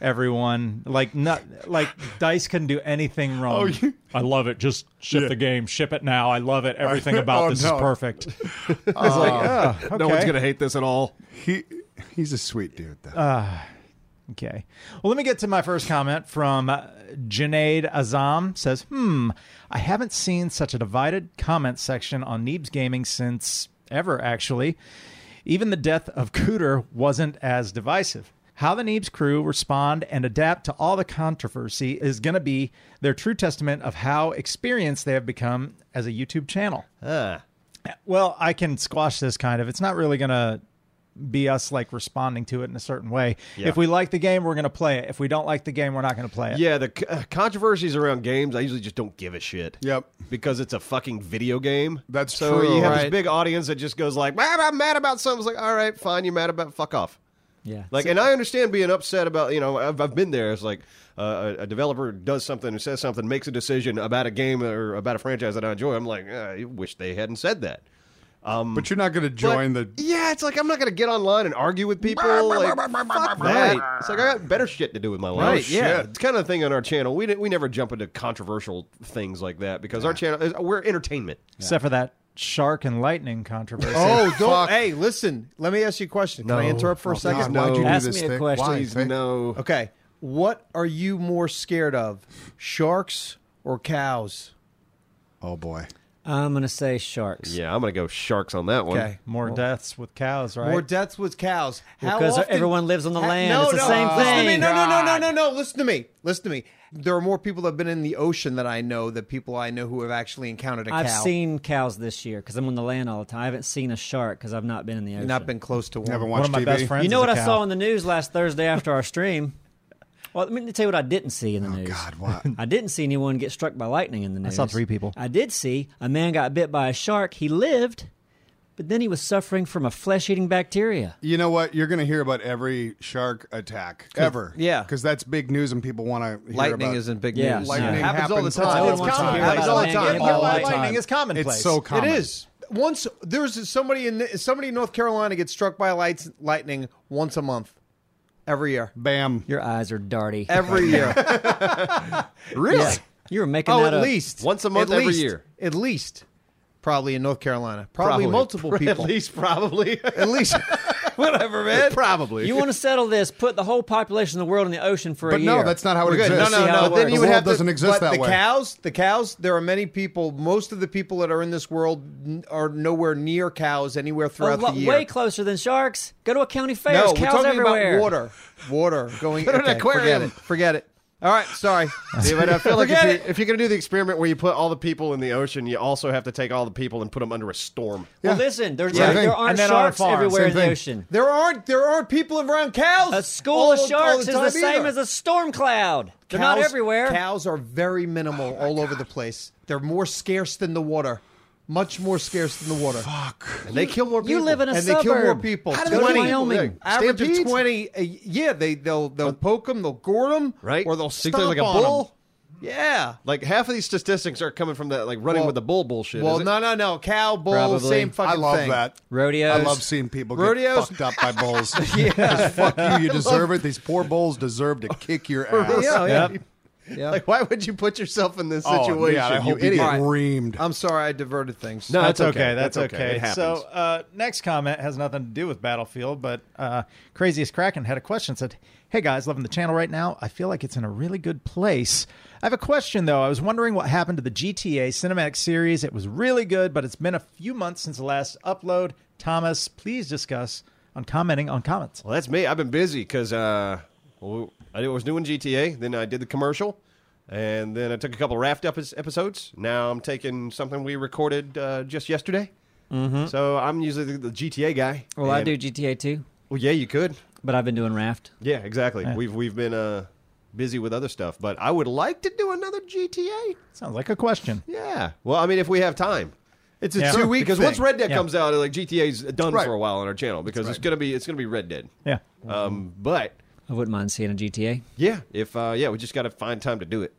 E: Everyone like not like Dice couldn't do anything wrong. I love it. Just ship the game. Ship it now. I love it. Everything about
D: Oh,
E: this
D: no.
E: is perfect. I was like, oh,
C: "Ah,
E: okay.
B: No one's gonna hate this at all.
D: Uh, He he's a sweet dude though.
E: Okay. Well, let me get to my first comment from uh, Junaid Azam says, "Hmm, I haven't seen such a divided comment section on Neebs Gaming since ever actually. Even the death of Cooter wasn't as divisive. How the Neebs crew respond and adapt to all the controversy is going to be their true testament of how experienced they have become as a YouTube channel."
B: Ah.
E: Well, I can squash this kind of. It's not really going to be us like responding to it in a certain way.
B: Yeah.
E: If we like the game, we're going to play it. If we don't like the game, we're not going to play it.
B: Yeah, the c- uh, controversies around games, I usually just don't give a shit.
D: Yep.
B: Because it's a fucking video game.
D: That's
B: so
D: true.
B: you have this
A: Right.
B: big audience that just goes like, "Bah, I'm mad about something. It's like, all right, fine, you're mad about, fuck off.
C: yeah.
B: Like, and I understand being upset about, you know, I've, I've been there. It's like uh, a a developer does something or says something, makes a decision about a game or about a franchise that I enjoy. I'm like, "Ah, I wish they hadn't said that.
C: Um,
D: but you're not going to join
B: But,
D: the.
B: yeah, it's like I'm not gonna get online and argue with people. Like, fuck that. It's like I got better shit to do with my life.
A: Right, yeah.
B: It's kind of the thing on our channel. We didn't, we never jump into controversial things like that because our channel is we're entertainment.
E: Except for that shark and lightning controversy.
A: Oh, don't.
D: Fuck.
A: Hey, listen. Let me ask you a question. Can I interrupt for a
D: God,
A: second?
D: why'd you do
C: Ask
D: this
C: me a
D: Vic?
C: question.
D: Why,
C: Please,
D: Vic?
B: No.
A: Okay. What are you more scared of, sharks or cows?
D: Oh boy.
C: I'm gonna say sharks.
B: Yeah, I'm gonna go sharks on that one.
A: Okay.
E: More deaths with cows, right?
A: More deaths with cows. How
C: Because
A: often-
C: everyone lives on the land.
A: No,
C: It's the
A: no,
C: same
A: listen to me.
C: thing.
A: No, no, no, no, no, no. Listen to me. Listen to me. There are more people that have been in the ocean that I know than people I know who have actually encountered a
C: I've
A: cow.
C: seen cows this year because I'm on the land all the time. I haven't seen a shark because I've not been in the ocean.
A: not been close to one.
D: Never
E: One
D: watched
E: of my
D: TV.
E: best friends.
C: you know
E: is
C: what
E: a
C: I
E: cow.
C: saw on the news last Thursday after our stream? Well, let me tell you what I didn't see in the news.
D: God, what?
C: I didn't see anyone get struck by lightning in the news.
E: saw three people.
C: I did see a man got bit by a shark. He lived, but then he was suffering from a flesh-eating bacteria.
D: You know what? You're going to hear about every shark attack ever.
A: yeah.
D: because that's big news and people want to.
A: Lightning
D: about.
A: isn't big
C: Yeah.
A: news.
D: Lightning
A: It happens all the
D: happens all
A: time.
D: the
A: It's
D: time.
A: common.
D: It
A: happens all the
C: happens all the
A: time.
C: time.
E: Yeah,
C: All
E: why
C: the
E: lightning is commonplace.
D: It's so
A: It
D: common.
A: is. Once there's somebody in somebody in North Carolina gets struck by lights, lightning once a month, every year,
D: Bam.
C: Your eyes are darty.
A: every year.
D: Really?
C: you were making
A: oh,
C: that
A: at
C: up.
A: least
B: Once a month
A: At
B: every
A: least.
B: year.
A: at least. Probably in North Carolina, probably, multiple
B: At
A: people.
B: least probably.
A: At least, whatever, man.
B: probably.
C: You want to settle this? Put the whole population of the world in the ocean for
D: But
C: a year.
D: no, that's not how it
A: Good.
D: exists.
A: No, no,
C: See how
A: no. Then
C: it works.
A: you
D: The
A: would
D: world
A: have to-
D: doesn't exist
A: but
D: that
A: the
D: way.
A: cows, the cows. There are many people. Most of the people that are in this world n- are nowhere near cows anywhere
C: Oh,
A: throughout
C: lo-
A: the year.
C: way closer than sharks. Go to a county fair.
A: no,
C: There's
A: we're
C: cows
A: talking
C: everywhere.
A: about water. Water going.
B: to an
A: okay, Forget
B: aquarium.
A: it. Forget it. All right, sorry.
B: Yeah, but I feel like if
A: Forget
B: you're,
A: it.
B: if you're going to do the experiment where you put all the people in the ocean, you also have to take all the people and put them under a storm.
D: Yeah.
C: Well, listen, there's
D: Same thing.
C: there aren't
E: And then on a
C: sharks
E: farm,
C: everywhere
D: same
C: in the
D: thing.
C: ocean.
A: There aren't there aren't people around cows.
C: A school
A: all-
C: of sharks
A: all
C: is the
A: time
C: same
A: either.
C: as a storm cloud. They're not
A: Cows-
C: everywhere.
A: Cows are very
B: Oh
A: minimal all over the place. They're more scarce than the water. Much more scarce than the water.
B: And they kill more people.
C: you live in a
A: and
C: suburb.
A: they kill more people.
C: How do they go
A: 20,
C: to Wyoming?
A: Average of
B: Stampedes?
A: twenty. A, yeah, they they'll they'll poke them, they'll gore them,
B: Right.
A: Or they'll
B: Think
A: stomp
B: they're like a
A: on 'em.
B: bull?
A: Yeah.
B: Like half of these statistics are coming from that, like running
A: Well-
B: with the bull bullshit.
A: well,
B: is it?
A: no, no, no. Cow, bull,
C: Probably.
A: same fucking
D: I love
A: thing.
D: that.
C: Rodeos.
D: I love seeing people get
A: Rodeos.
D: fucked up by bulls. yeah. Fuck you. You deserve it. These poor bulls deserve to kick your ass.
C: oh,
A: Yeah, yeah.
E: Yep.
A: yeah.
B: Like, why would you put yourself in this
D: Oh,
B: situation?
D: yeah, I
B: you
D: hope you
B: idiot.
D: get
A: Alright.
D: reamed.
A: I'm sorry, I diverted things.
B: No,
E: That's okay. That's okay.
B: It happens.
E: So, uh, next comment has nothing to do with Battlefield, but uh, Craziest Kraken had a question. Said, "Hey guys, loving the channel right now. I feel like it's in a really good place. I have a question though. I was wondering what happened to the GTA cinematic series. It was really good, but it's been a few months since the last upload. Thomas, please discuss on commenting on comments.
B: Well, that's me. I've been busy because uh, well, I was doing GTA, then I did the commercial, and then I took a couple raft epi- episodes. Now I'm taking something we recorded uh, just yesterday. Mm-hmm. So I'm usually the, the GTA guy.
C: well, I
B: and-
C: do GTA too,
B: Well, yeah, you could.
C: but I've been doing raft.
B: Yeah, exactly. We've we've been uh, busy with other stuff, but I would like to do another GTA.
E: Sounds like a question.
B: Yeah. Well, I mean, if we have time. It's a
E: Yeah.
B: two week because once
D: thing.
B: Red Dead
E: Yeah.
B: comes out, like GTA's done
D: Right.
B: for a while on our channel because it's gonna be it's gonna be Red Dead.
E: Yeah.
B: Um, but
C: I wouldn't mind seeing a GTA.
B: yeah, if uh, yeah, we just got to find time to do it.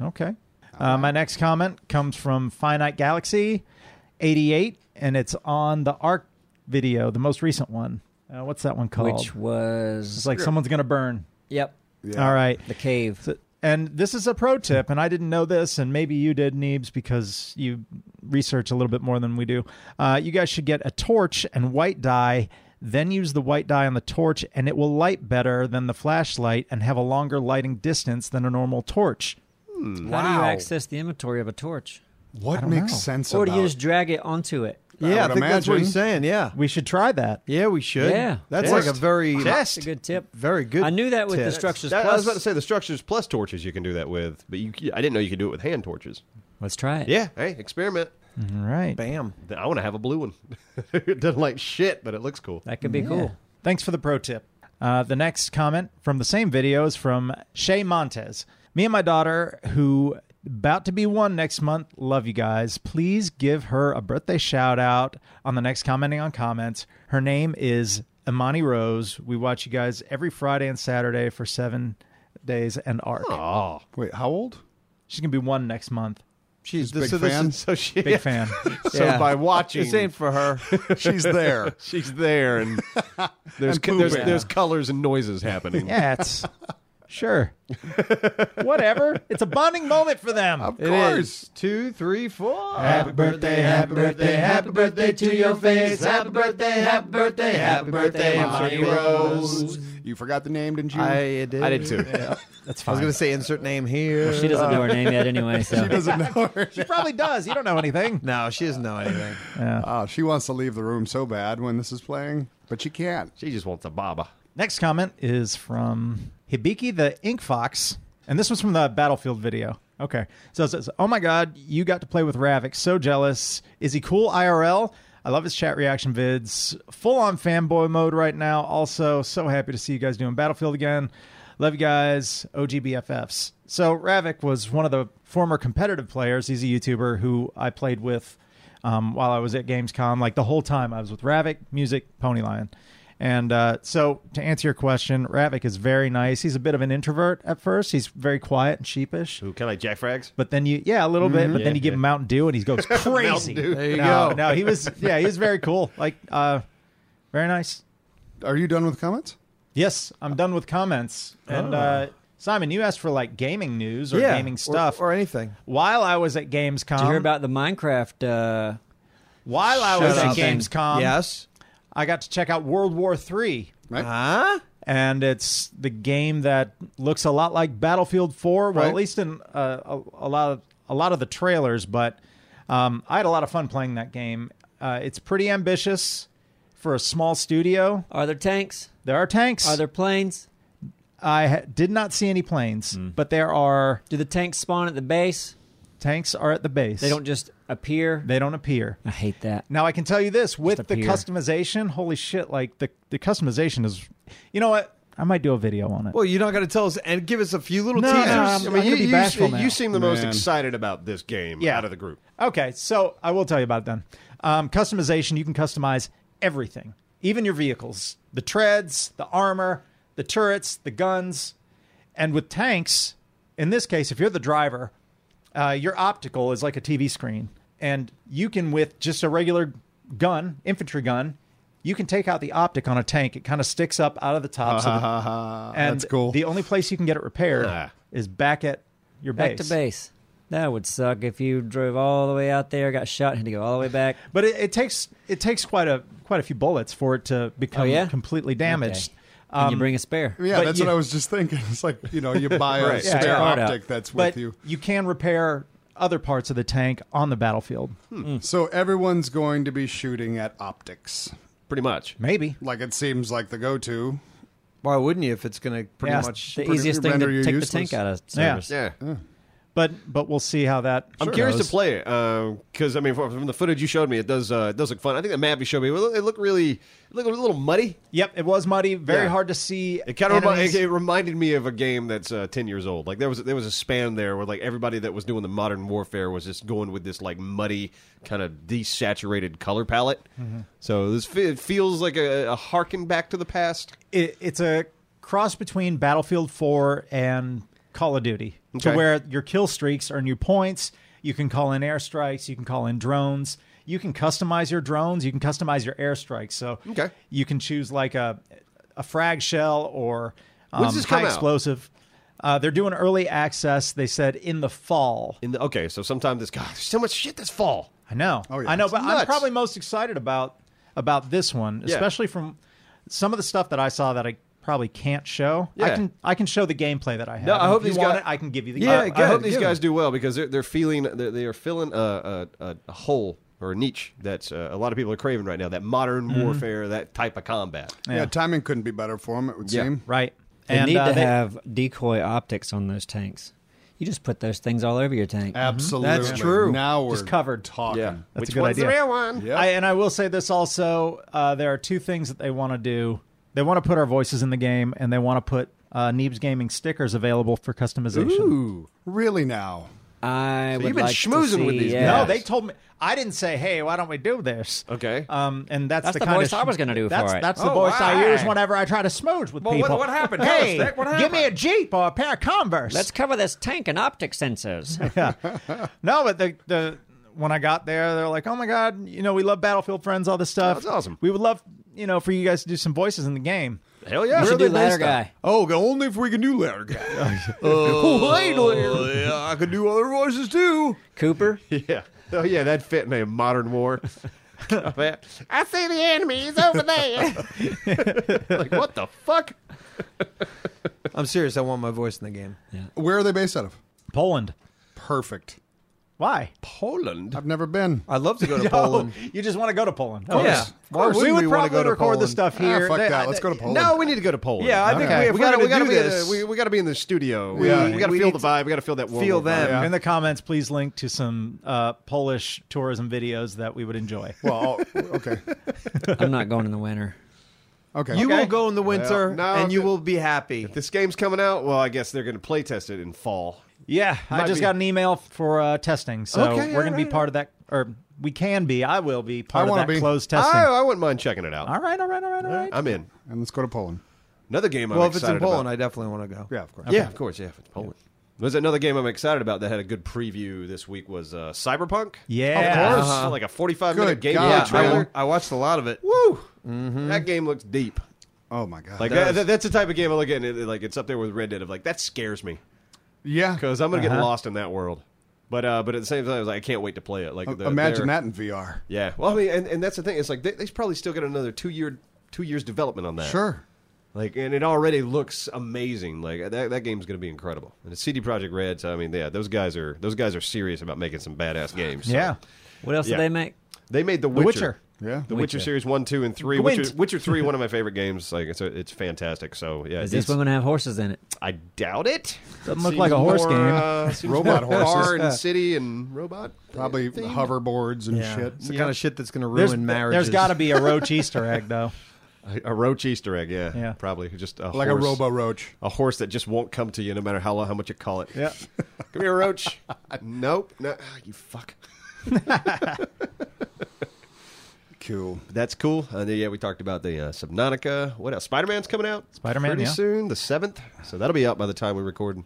E: Okay. Uh, my next comment comes from Finite Galaxy 88, and it's on the ARC video, the most recent one. Uh, what's that one called?
C: Which was
E: it's like someone's going to burn.
C: yep,
E: All right.
C: the cave.
E: So- and this is a pro tip, and I didn't know this, and maybe you did, Neebs, because you research a little bit more than we do. Uh, you guys should get a torch and white dye, then use the white dye on the torch, and it will light better than the flashlight and have a longer lighting distance than a normal torch.
C: How do you
A: Wow.
C: access the inventory of a torch?
D: what makes sense
C: Or do
D: about
C: you just drag it onto it?
A: yeah, I
D: would
A: think that's what
D: imagine.
A: he's saying. Yeah,
E: We should try that.
A: yeah, we should.
C: Yeah.
A: that's
B: Test.
A: like a very
C: It's
B: Test.
C: a good tip.
A: very good.
C: I knew that with the
A: tip.
C: structures
B: That- I was
C: plus.
B: about to say the structures plus torches you can do that with, but you I didn't know you could do it with hand torches.
C: Let's try it.
B: Yeah, hey, experiment.
E: All right.
A: Bam.
B: I want to have a blue one. it doesn't like shit, but it looks cool.
C: That could be cool.
E: Thanks for the pro tip. Uh, the next comment from the same video is from Shay Montez. Me and my daughter, who about to be one next month, love you guys. Please give her a birthday shout out on the next commenting on comments. Her name is Imani Rose. We watch you guys every Friday and Saturday for seven days and arc.
B: Oh,
D: Wait, how old?
E: She's gonna be one next month.
A: She's
D: big
A: so this
D: fan.
A: is-
B: so she
E: Big fan.
B: so
A: Yeah.
B: by watching
A: This ain't for her.
D: She's there.
B: she's there and there's
D: And
B: there's,
D: pooping.
B: there's colors and noises happening.
E: yeah, it's sure. Whatever. It's a bonding moment for them.
A: It is two, three, four.
E: Happy birthday, happy birthday, happy
C: birthday to your face.
B: Happy birthday, happy birthday, happy birthday,
C: Monty
B: Rose.
D: You forgot the name, didn't you?
A: I did.
B: I did too.
E: That's
A: I
E: fine.
A: was going to say insert name here.
C: She doesn't know her name yet anyway, so
D: Doesn't know her.
E: she probably does. You don't know anything.
A: No, she doesn't know anything.
D: Oh, she wants to leave the room so bad when this is playing, but she can't.
B: She just wants a baba.
E: Next comment is from Hibiki the Ink Fox, and this was from the Battlefield video. Okay, so it says, "Oh my God, you got to play with Ravik. So jealous. Is he cool IRL? I love his chat reaction vids. Full on fanboy mode right now. Also, so happy to see you guys doing Battlefield again. Love you guys. OGBFFs. So Ravik was one of the former competitive players. He's a YouTuber who I played with um, while I was at Gamescom. Like the whole time I was with Ravik, Music, Pony Lion. And uh, so to answer your question, Ravik is very nice. He's a bit of an introvert at first. He's very quiet and sheepish.
B: Who kind of like Jack Frags?
E: But then you, yeah, a little bit. But then you give him Mountain Dew, and he goes crazy.
B: Dew.
A: Mm-hmm. There you
E: no,
A: go.
E: no, he was, yeah, he was very cool. Like, uh, very nice.
D: Are you done with comments?
E: Yes, I'm done with comments. And
A: Ah.
E: uh, Simon, you asked for like gaming news or
A: yeah,
E: gaming stuff.
A: or, or anything.
E: while I was at Gamescom,
C: did you hear about the Minecraft? Uh,
E: while I was
A: Shut
E: at
A: up.
E: Oh, Gamescom,
A: yes.
E: I got to check out World War Three.
A: Huh?
E: and it's the game that looks a lot like Battlefield 4. Well,
D: Right.
E: at least in uh, a, a lot of a lot of the trailers. But um, I had a lot of fun playing that game. Uh, it's pretty ambitious for a small studio.
C: are there tanks?
E: There are tanks.
C: Are there planes?
E: I ha- did not see any planes,
C: Hmm.
E: but there are
C: Do the tanks spawn at the base?
E: tanks are at the base.
C: They don't just appear.
E: They don't appear.
C: I hate that.
E: Now I can tell you this with
C: Just
E: the
C: appear.
E: customization. Holy shit! Like the the customization is. You know what? I might do a video on it.
A: Well, you're not going to tell us and give us a few little
E: No,
A: teasers.
E: no, I'm-
B: Um, I
E: I'm
B: mean,
E: gonna
B: you,
E: be
B: you-
E: bashful
B: you
E: now.
B: seem the most
D: Man.
B: excited about this game
E: Yeah.
B: out of the group.
E: Okay, so I will tell you about it then. Um, customization, you can customize everything, even your vehicles, the treads, the armor, the turrets, the guns. And with tanks, in this case, if you're the driver, uh, your optical is like a TV screen. And you can, with just a regular gun, infantry gun, you can take out the optic on a tank. It kind of sticks up out of the top. so the- and
D: That's cool.
E: the only place you can get it repaired
B: Ah.
E: is back at your
C: Back to base. That would suck if you drove all the way out there, got shot, and had to go all the way back.
E: But it, it takes it takes quite a quite a few bullets for it to become
C: Oh, yeah?
E: completely damaged. Um,
C: Okay. and you bring a spare.
D: Yeah,
E: But
D: that's
E: you-
D: what I was just thinking. It's like, you know, you buy a
B: Right. Yeah,
D: spare
C: yeah. Hard out.
D: optic that's with
E: But
D: you.
E: you. can repair other parts of the tank on the battlefield.
B: Hmm.
D: So everyone's going to be shooting at optics.
B: Pretty much.
E: Maybe.
D: Like it seems like the go to.
A: Why wouldn't you if it's going to pretty
E: Yeah.
A: much
C: The
D: Pretty
C: easiest
D: good
C: thing
D: render,
C: to
D: you're
C: take
D: useless.
C: the tank out of
E: Yeah.
C: service.
B: Yeah.
E: But but we'll see how that
B: I'm curious to
E: goes.
B: play it because I mean, from, from the footage you showed me, it does uh, it does look fun. I think the map you showed me, it looked, it looked really it looked a little muddy.
E: Yep, it was muddy, very
B: Yeah.
E: hard to see.
B: It kind of remi-
E: enemies.
B: it, it reminded me of a game that's uh, ten years old. Like there was there was a span there where like everybody that was doing the modern warfare was just going with this like muddy kind of desaturated color palette. So this fe- it feels like a, a harken back to the past.
E: it, it's a cross between Battlefield 4 and Call of Duty, to
B: Okay.
E: where your kill streaks earn you points. You can call in airstrikes. You can call in drones. You can customize your drones. You can customize your airstrikes. So
B: Okay.
E: you can choose like a a frag shell or um,
B: does this
E: high
B: come out?
E: explosive. Uh, they're doing early access. They said in the fall.
B: In the, okay, so sometime this God, there's so much shit this fall.
E: I know.
D: Oh, yeah.
E: I know,
D: It's
E: but
B: nuts.
E: I'm probably most excited about about this one,
B: Yeah.
E: especially from some of the stuff that I saw that I probably can't show. I
B: Yeah.
E: can I can show the gameplay that I have.
B: No, I
E: And
B: hope
E: if you
B: these
E: want
B: guys-
E: it, I can give you the
B: Yeah,
E: gameplay.
B: I hope
A: good,
B: these
A: yeah.
B: guys do well because they're they're feeling they're, they are filling a, a, a hole or a niche that's uh, a lot of people are craving right now. That modern warfare, that type of combat.
D: Yeah. timing couldn't be better for him, it would
B: Yeah.
D: seem.
E: right.
C: They need
E: uh,
C: to
E: they-
C: have decoy optics on those tanks. You just put those things all over your tank.
D: Absolutely.
A: That's true.
D: Now we're
E: Just covered.
D: talking.
B: Yeah,
E: That's
B: which
E: a good
B: one's the
E: idea.
B: real one?
D: Yeah.
E: I, and I will say this also: uh, there are two things that they want to do. They want to put our voices in the game, and they want to put uh, Neebs Gaming stickers available for customization.
B: Ooh,
D: Really now.
C: I would
B: you've been
C: like to
B: schmoozing with
C: see-
B: these
C: yeah.
E: No,
B: Yes.
E: they told me. I didn't say, "Hey, why don't we do this?"
B: Okay.
E: Um, and that's,
C: That's the
E: kind
C: voice
E: of
C: I was gonna do
E: that's,
C: for it.
E: That's the
A: Oh,
E: voice I
A: why?
E: use whenever I try to smooge with
A: Well, what-
E: people.
A: what happened? Tell us,
E: Hey,
A: Nick, what
E: give me a
A: happened?
E: jeep or a pair of Converse.
C: Let's cover this tank in optic sensors.
E: no, but the the when I got there, they're like, "Oh my god, you know, we love Battlefield Friends, all this stuff.
B: That's awesome.
E: We would love, you know, for you guys to do some voices in the game."
B: hell yeah!
C: You should
B: Where
C: do
B: are they
C: ladder
B: based on?
C: guy.
A: Oh, only if we can do louder guy. oh, yeah, I could do other voices too.
C: Cooper,
B: Yeah. Oh yeah, that fit in a modern war. I see the enemy. He's over there. like, what the fuck?
A: I'm serious. I want my voice in the game.
D: Where are they based out of?
E: Poland.
D: Perfect.
E: Why?
B: Poland.
D: I've never been.
A: I'd love to go to Poland.
E: Oh, you just want to go to Poland.
A: course. Yeah. Of course
E: we
A: we
E: would
A: wanna
E: probably
A: go to
E: record the
A: Poland.
E: stuff
D: Ah,
E: here.
D: fuck
E: They-
D: that.
E: I-
D: Let's go to Poland.
B: No, we need to go to Poland.
A: Yeah, I think
E: Okay.
A: we, if
B: we
A: we gotta,
B: got
A: we gotta
B: to
A: do
B: be
A: this.
B: we, we got to be in the studio. We,
D: Yeah.
B: we got
A: We
B: to feel
A: need
B: the vibe. We got to feel that world
A: feel
B: war
A: them.
B: vibe.
E: In the comments, please link to some uh, Polish tourism videos that we would enjoy.
D: Well, oh, okay.
C: I'm not going in the winter.
D: Okay.
A: You
E: Okay.
A: will go in the winter
B: no,
A: and you
B: the-
A: will be happy.
B: This game's coming out. Well, I guess they're going to play test it in fall.
E: Yeah, I
B: Might
E: just
B: be-
E: got an email for uh, testing, so
B: Okay,
E: we're going to be
B: alright.
E: part of that, or we can be. I will be
D: I
E: part of
D: wanna
E: that
D: be.
E: closed
B: I,
E: testing.
B: I wouldn't mind checking it out.
E: all right, all right, all right, all right.
B: I'm in.
D: and let's go to Poland.
B: Another game I'm
A: well, if it's
B: excited
A: in Poland,
B: about.
A: I definitely want to go.
D: Yeah, of course.
B: Yeah, of course. Yeah, if it's Poland. There's another game I'm excited about that had a good preview this week was uh, Cyberpunk.
E: Yeah.
B: of course. Like a 45 minute
D: Good
B: game
D: God,
A: I-
D: man.
B: trailer.
A: I, watched a lot of it.
B: Woo! That game looks deep.
D: Oh my god.
B: Mm-hmm. Like
A: does.
B: that, that's the type of game I look at and it, like it's up there with Red Dead. Of like that scares me
D: yeah.
B: because I'm gonna get
E: Uh-huh.
B: lost in that world. But uh, but at the same time, I was like, I can't wait to play it. Like the,
D: Imagine
B: they're-
D: that in VR.
B: Yeah. Well, I mean, and, and that's the thing. It's like they, they probably still got another two year two years development on that.
D: Sure.
B: Like, and it already looks amazing. Like that, that game's going to be incredible. And it's CD Project Red. So I mean, yeah, those guys are those guys are serious about making some badass games. so.
E: Yeah.
C: What else
B: Yeah.
C: did they make?
B: They made The
E: The
B: Witcher.
E: Witcher.
D: Yeah.
B: The Witcher.
C: Witcher.
B: series one, two, and three.
E: Gwent.
B: Witcher, Witcher three, one of my favorite games. Like it's a, it's fantastic. So yeah,
C: Is this
B: it's-
C: one going to have horses in it?
B: I doubt it.
E: Doesn't
B: It
E: look
B: seems
E: like a horse
B: more,
E: game.
B: Uh, seems
D: Robot
B: more
D: horses.
B: car and city and robot.
D: Probably
B: thing.
D: hoverboards and shit.
A: It's the kind of shit that's going to
E: There's,
A: ruin marriage.
E: there's got to be a roach Easter egg though.
B: a, a roach Easter egg. Yeah,
E: Yeah.
B: probably just a
D: Like
B: horse.
D: a Robo Roach.
B: a horse that just won't come to you no matter how how much you call it.
E: Yeah.
B: Come here, Roach. nope. No, ah, you fuck.
D: Cool.
B: That's cool. Uh, yeah, we talked about the uh, Subnautica. What else? Spider Man's coming out.
E: Spider-Man,
B: pretty
E: yeah.
B: soon, the seventh. So that'll be out by the time we record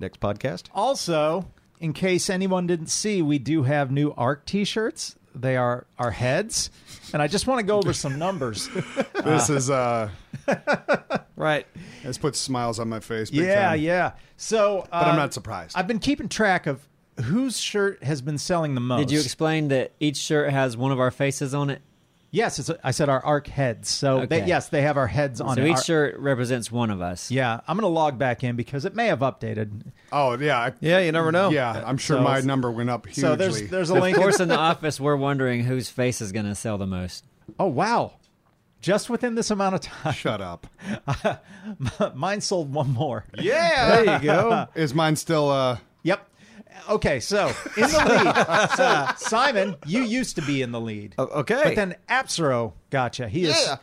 B: next podcast.
E: Also, in case anyone didn't see, we do have new ARC T-shirts. They are our heads, and I just want to go over some numbers.
D: This is uh
A: right.
D: this puts smiles on my face. big
E: yeah,
D: time.
E: yeah. So, uh,
D: But I'm not surprised.
E: I've been keeping track of whose shirt has been selling the most.
C: Did you explain that each shirt has one of our faces on it?
E: yes, it's, I said our ARC heads. So, they,
C: Okay.
E: yes, they have our heads on
C: So
E: it.
C: each
E: Our-
C: shirt represents one of us.
E: yeah, I'm gonna log back in because it may have updated.
D: oh yeah. I, yeah.
A: Yeah, you never know.
D: I'm sure
E: So-
D: my number went up hugely.
E: So there's there's a
C: Of
E: link. in-
C: course, in the office, we're wondering whose face is going to sell the most.
E: oh wow, just within this amount of time,
D: Shut up.
E: mine sold one more.
B: Yeah, there you go.
D: Is mine still uh
E: Yep. Okay, so in the lead. so Simon, you used to be in the lead.
A: O- Oh, okay.
E: But then Apsro gotcha. He is
B: Yeah.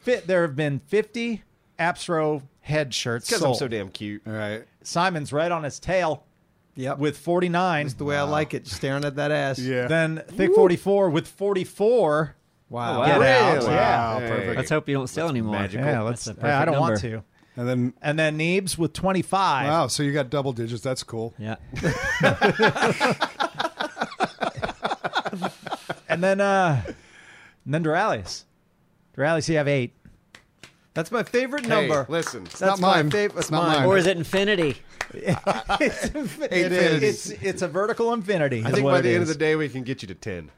E: fit there have been 50 Apsro head shirts
B: Because I'm
E: sold.
B: so damn cute.
D: all right.
E: Simon's right on his tail
A: Yep.
E: with 49.
A: the way I like it, staring at that ass.
D: Yeah.
E: Then Thick 44 with 44.
A: Wow.
C: Oh, wow.
E: Get out.
B: Really?
D: Wow,
B: Hey.
D: perfect.
C: Let's hope you don't sell anymore.
B: magical.
E: Yeah,
C: That's
E: let's
C: a perfect
E: yeah, I don't want
C: number.
E: to.
D: And then
E: And then Neebs with 25.
D: wow, so you got double digits. That's cool.
C: Yeah.
E: And then uh and then Duralius. Duralius you have 8.
A: That's my favorite
B: Hey,
A: number.
B: listen.
A: That's
D: not mine.
A: my favorite.
D: It's not mine.
C: Or is it infinity?
E: It is. It's it's a vertical infinity.
B: I think by the end of the day, we can get you to ten.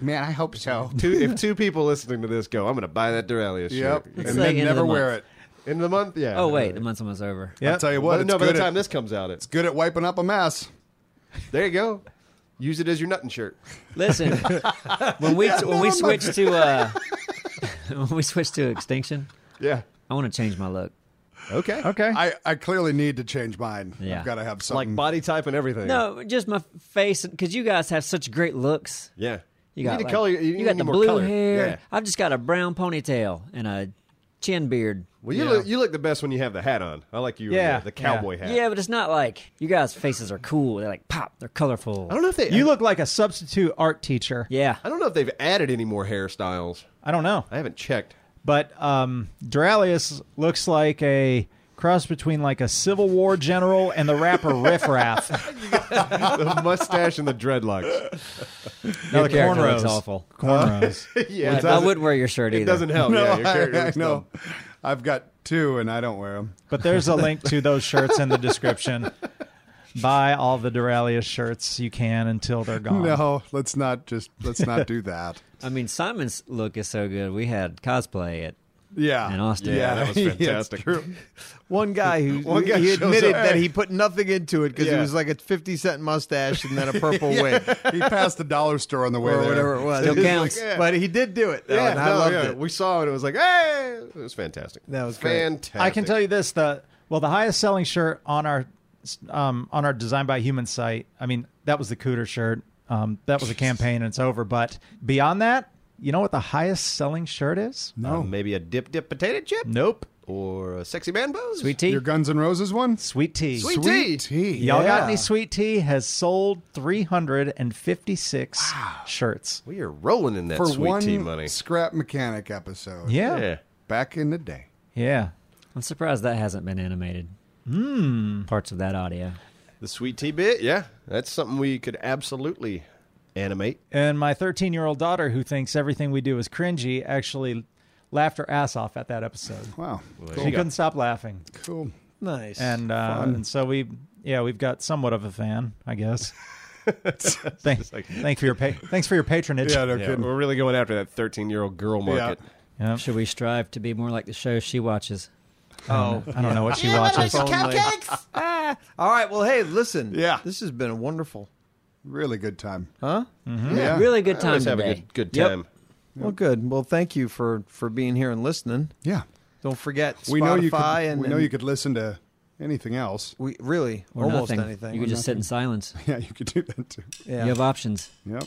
D: Man, I hope so.
B: Two, if two people listening to this go, I'm going to buy that Duralius
D: Yep.
B: shirt
D: And
C: like
D: then
C: end of
D: never
C: the
D: wear
C: month.
D: it.
B: in the month. Yeah.
C: Oh, wait, the month's almost over.
E: Yeah.
D: I'll tell you
B: But
D: what, it's
B: no, by
D: good,
B: the time
D: at,
B: this comes out, it's
D: good at wiping up a mess.
B: there. You go. Use it as your nutting shirt.
C: Listen, when we when we switch to uh, when we switch to extinction,
B: Yeah.
C: I want to change my look.
B: Okay.
E: Okay.
D: I, I clearly need to change mine.
C: Yeah.
D: I've got to have
B: Like
D: something.
B: body type and everything.
C: No, just my face, because you guys have such great looks.
B: Yeah.
C: You, got
B: need to
C: like-
B: color. You,
C: you
B: need
C: got the
B: more
C: blue
B: color.
C: hair.
B: Yeah.
C: I've just got a brown ponytail and a chin beard.
B: Well, you look you look the best when you have the hat on. I like you. uh,
E: Yeah.
B: the, the cowboy hat.
C: Yeah, but it's not like you guys' faces are cool. They're like pop. They're colorful.
B: I don't know if they.
E: You look like a substitute art teacher.
C: Yeah.
B: I don't know if they've added any more hairstyles.
E: I don't know.
B: I haven't checked.
E: But um, Duralius looks like a cross between like a Civil War general and the rapper Riff Raff.
B: The mustache and the dreadlocks.
E: No,
C: Your
E: the
C: character looks
E: cornrows.
C: awful.
E: Cornrows.
B: yeah.
C: I, I would wear your shirt either.
B: It doesn't help.
D: no,
B: yeah, your character
D: I, I
B: looks
D: know.
B: dumb.
D: I've got two and I don't wear them.
E: but there's a link to those shirts in the description. buy all the Duralia shirts you can until they're gone.
D: No, let's not just let's not do that.
C: I mean, Simon's look is so good. We had cosplay at
D: Yeah.
C: In Austin.
B: Yeah, that was
D: it's
B: fantastic.
D: true.
A: One guy who
B: One guy
A: he
B: shows
A: admitted
B: up.
A: that he put nothing into it because it
B: Yeah.
A: was like a fifty cent mustache and then a purple wig
D: he passed the dollar store on the way
A: or
D: there.
A: whatever it was.
C: Still
A: It was
C: counts.
A: like, But he did do it. Though,
B: Yeah,
A: and I
B: no,
A: loved
B: yeah.
A: it.
B: We saw it. It was like, hey, it was fantastic.
A: That was great.
B: fantastic.
E: I can tell you this: the well, the highest selling shirt on our um, on our Design by Human site. I mean, that was the Cooter shirt. Um, that was a campaign, and it's over. But beyond that, you know what the highest selling shirt is?
B: Uh, maybe a dip dip potato chip
E: Nope,
B: or a sexy man pose.
C: Sweet Tea.
D: Your Guns N' Roses one?
E: sweet tea.
B: Sweet
D: Sweet
B: tea.
D: tea.
E: Y'all got
A: Yeah.
E: any sweet tea? Has sold 356 shirts.
B: We are rolling in that
D: For
B: sweet
D: one
B: tea money.
D: scrap mechanic episode.
E: Yeah. yeah.
B: Yeah.
D: Back in the day.
C: I'm surprised that hasn't been animated. Mm. Parts of that audio.
B: The sweet tea bit, yeah. That's something we could absolutely animate.
E: And my 13 year old daughter, who thinks everything we do is cringy, actually laughed her ass off at that episode.
D: Wow.
B: There
E: She
B: you go.
E: couldn't stop laughing.
D: Cool.
A: Nice.
E: And, uh, and so we, yeah, we've got somewhat of a fan, I guess. Thanks, thank for your pa- thanks for your patronage.
D: Yeah, no
B: Yeah,
D: kidding.
B: we're really going after that 13 year old girl market.
E: Yeah.
C: Should we strive to be more like the show she watches?
A: oh,
E: I don't know what she
A: Yeah, what
E: watches.
A: if cupcakes? Ah. All right. Well, hey, listen.
D: Yeah.
A: This has been wonderful.
D: Really good time.
A: Huh?
D: Yeah.
C: Really good
B: I
C: time
B: always
C: today.
B: have a good, good
C: Yep.
B: time.
A: Well, good. Well, thank you for for being here and listening.
D: Yeah.
A: Don't forget Spotify
D: We know you could,
A: and
D: we know
A: and
D: you could listen to anything else.
A: we really
C: Or
A: almost
C: nothing.
A: anything.
C: You could just sit in silence.
D: Yeah, you could do that too.
A: yeah.
C: You have options.
D: Yep.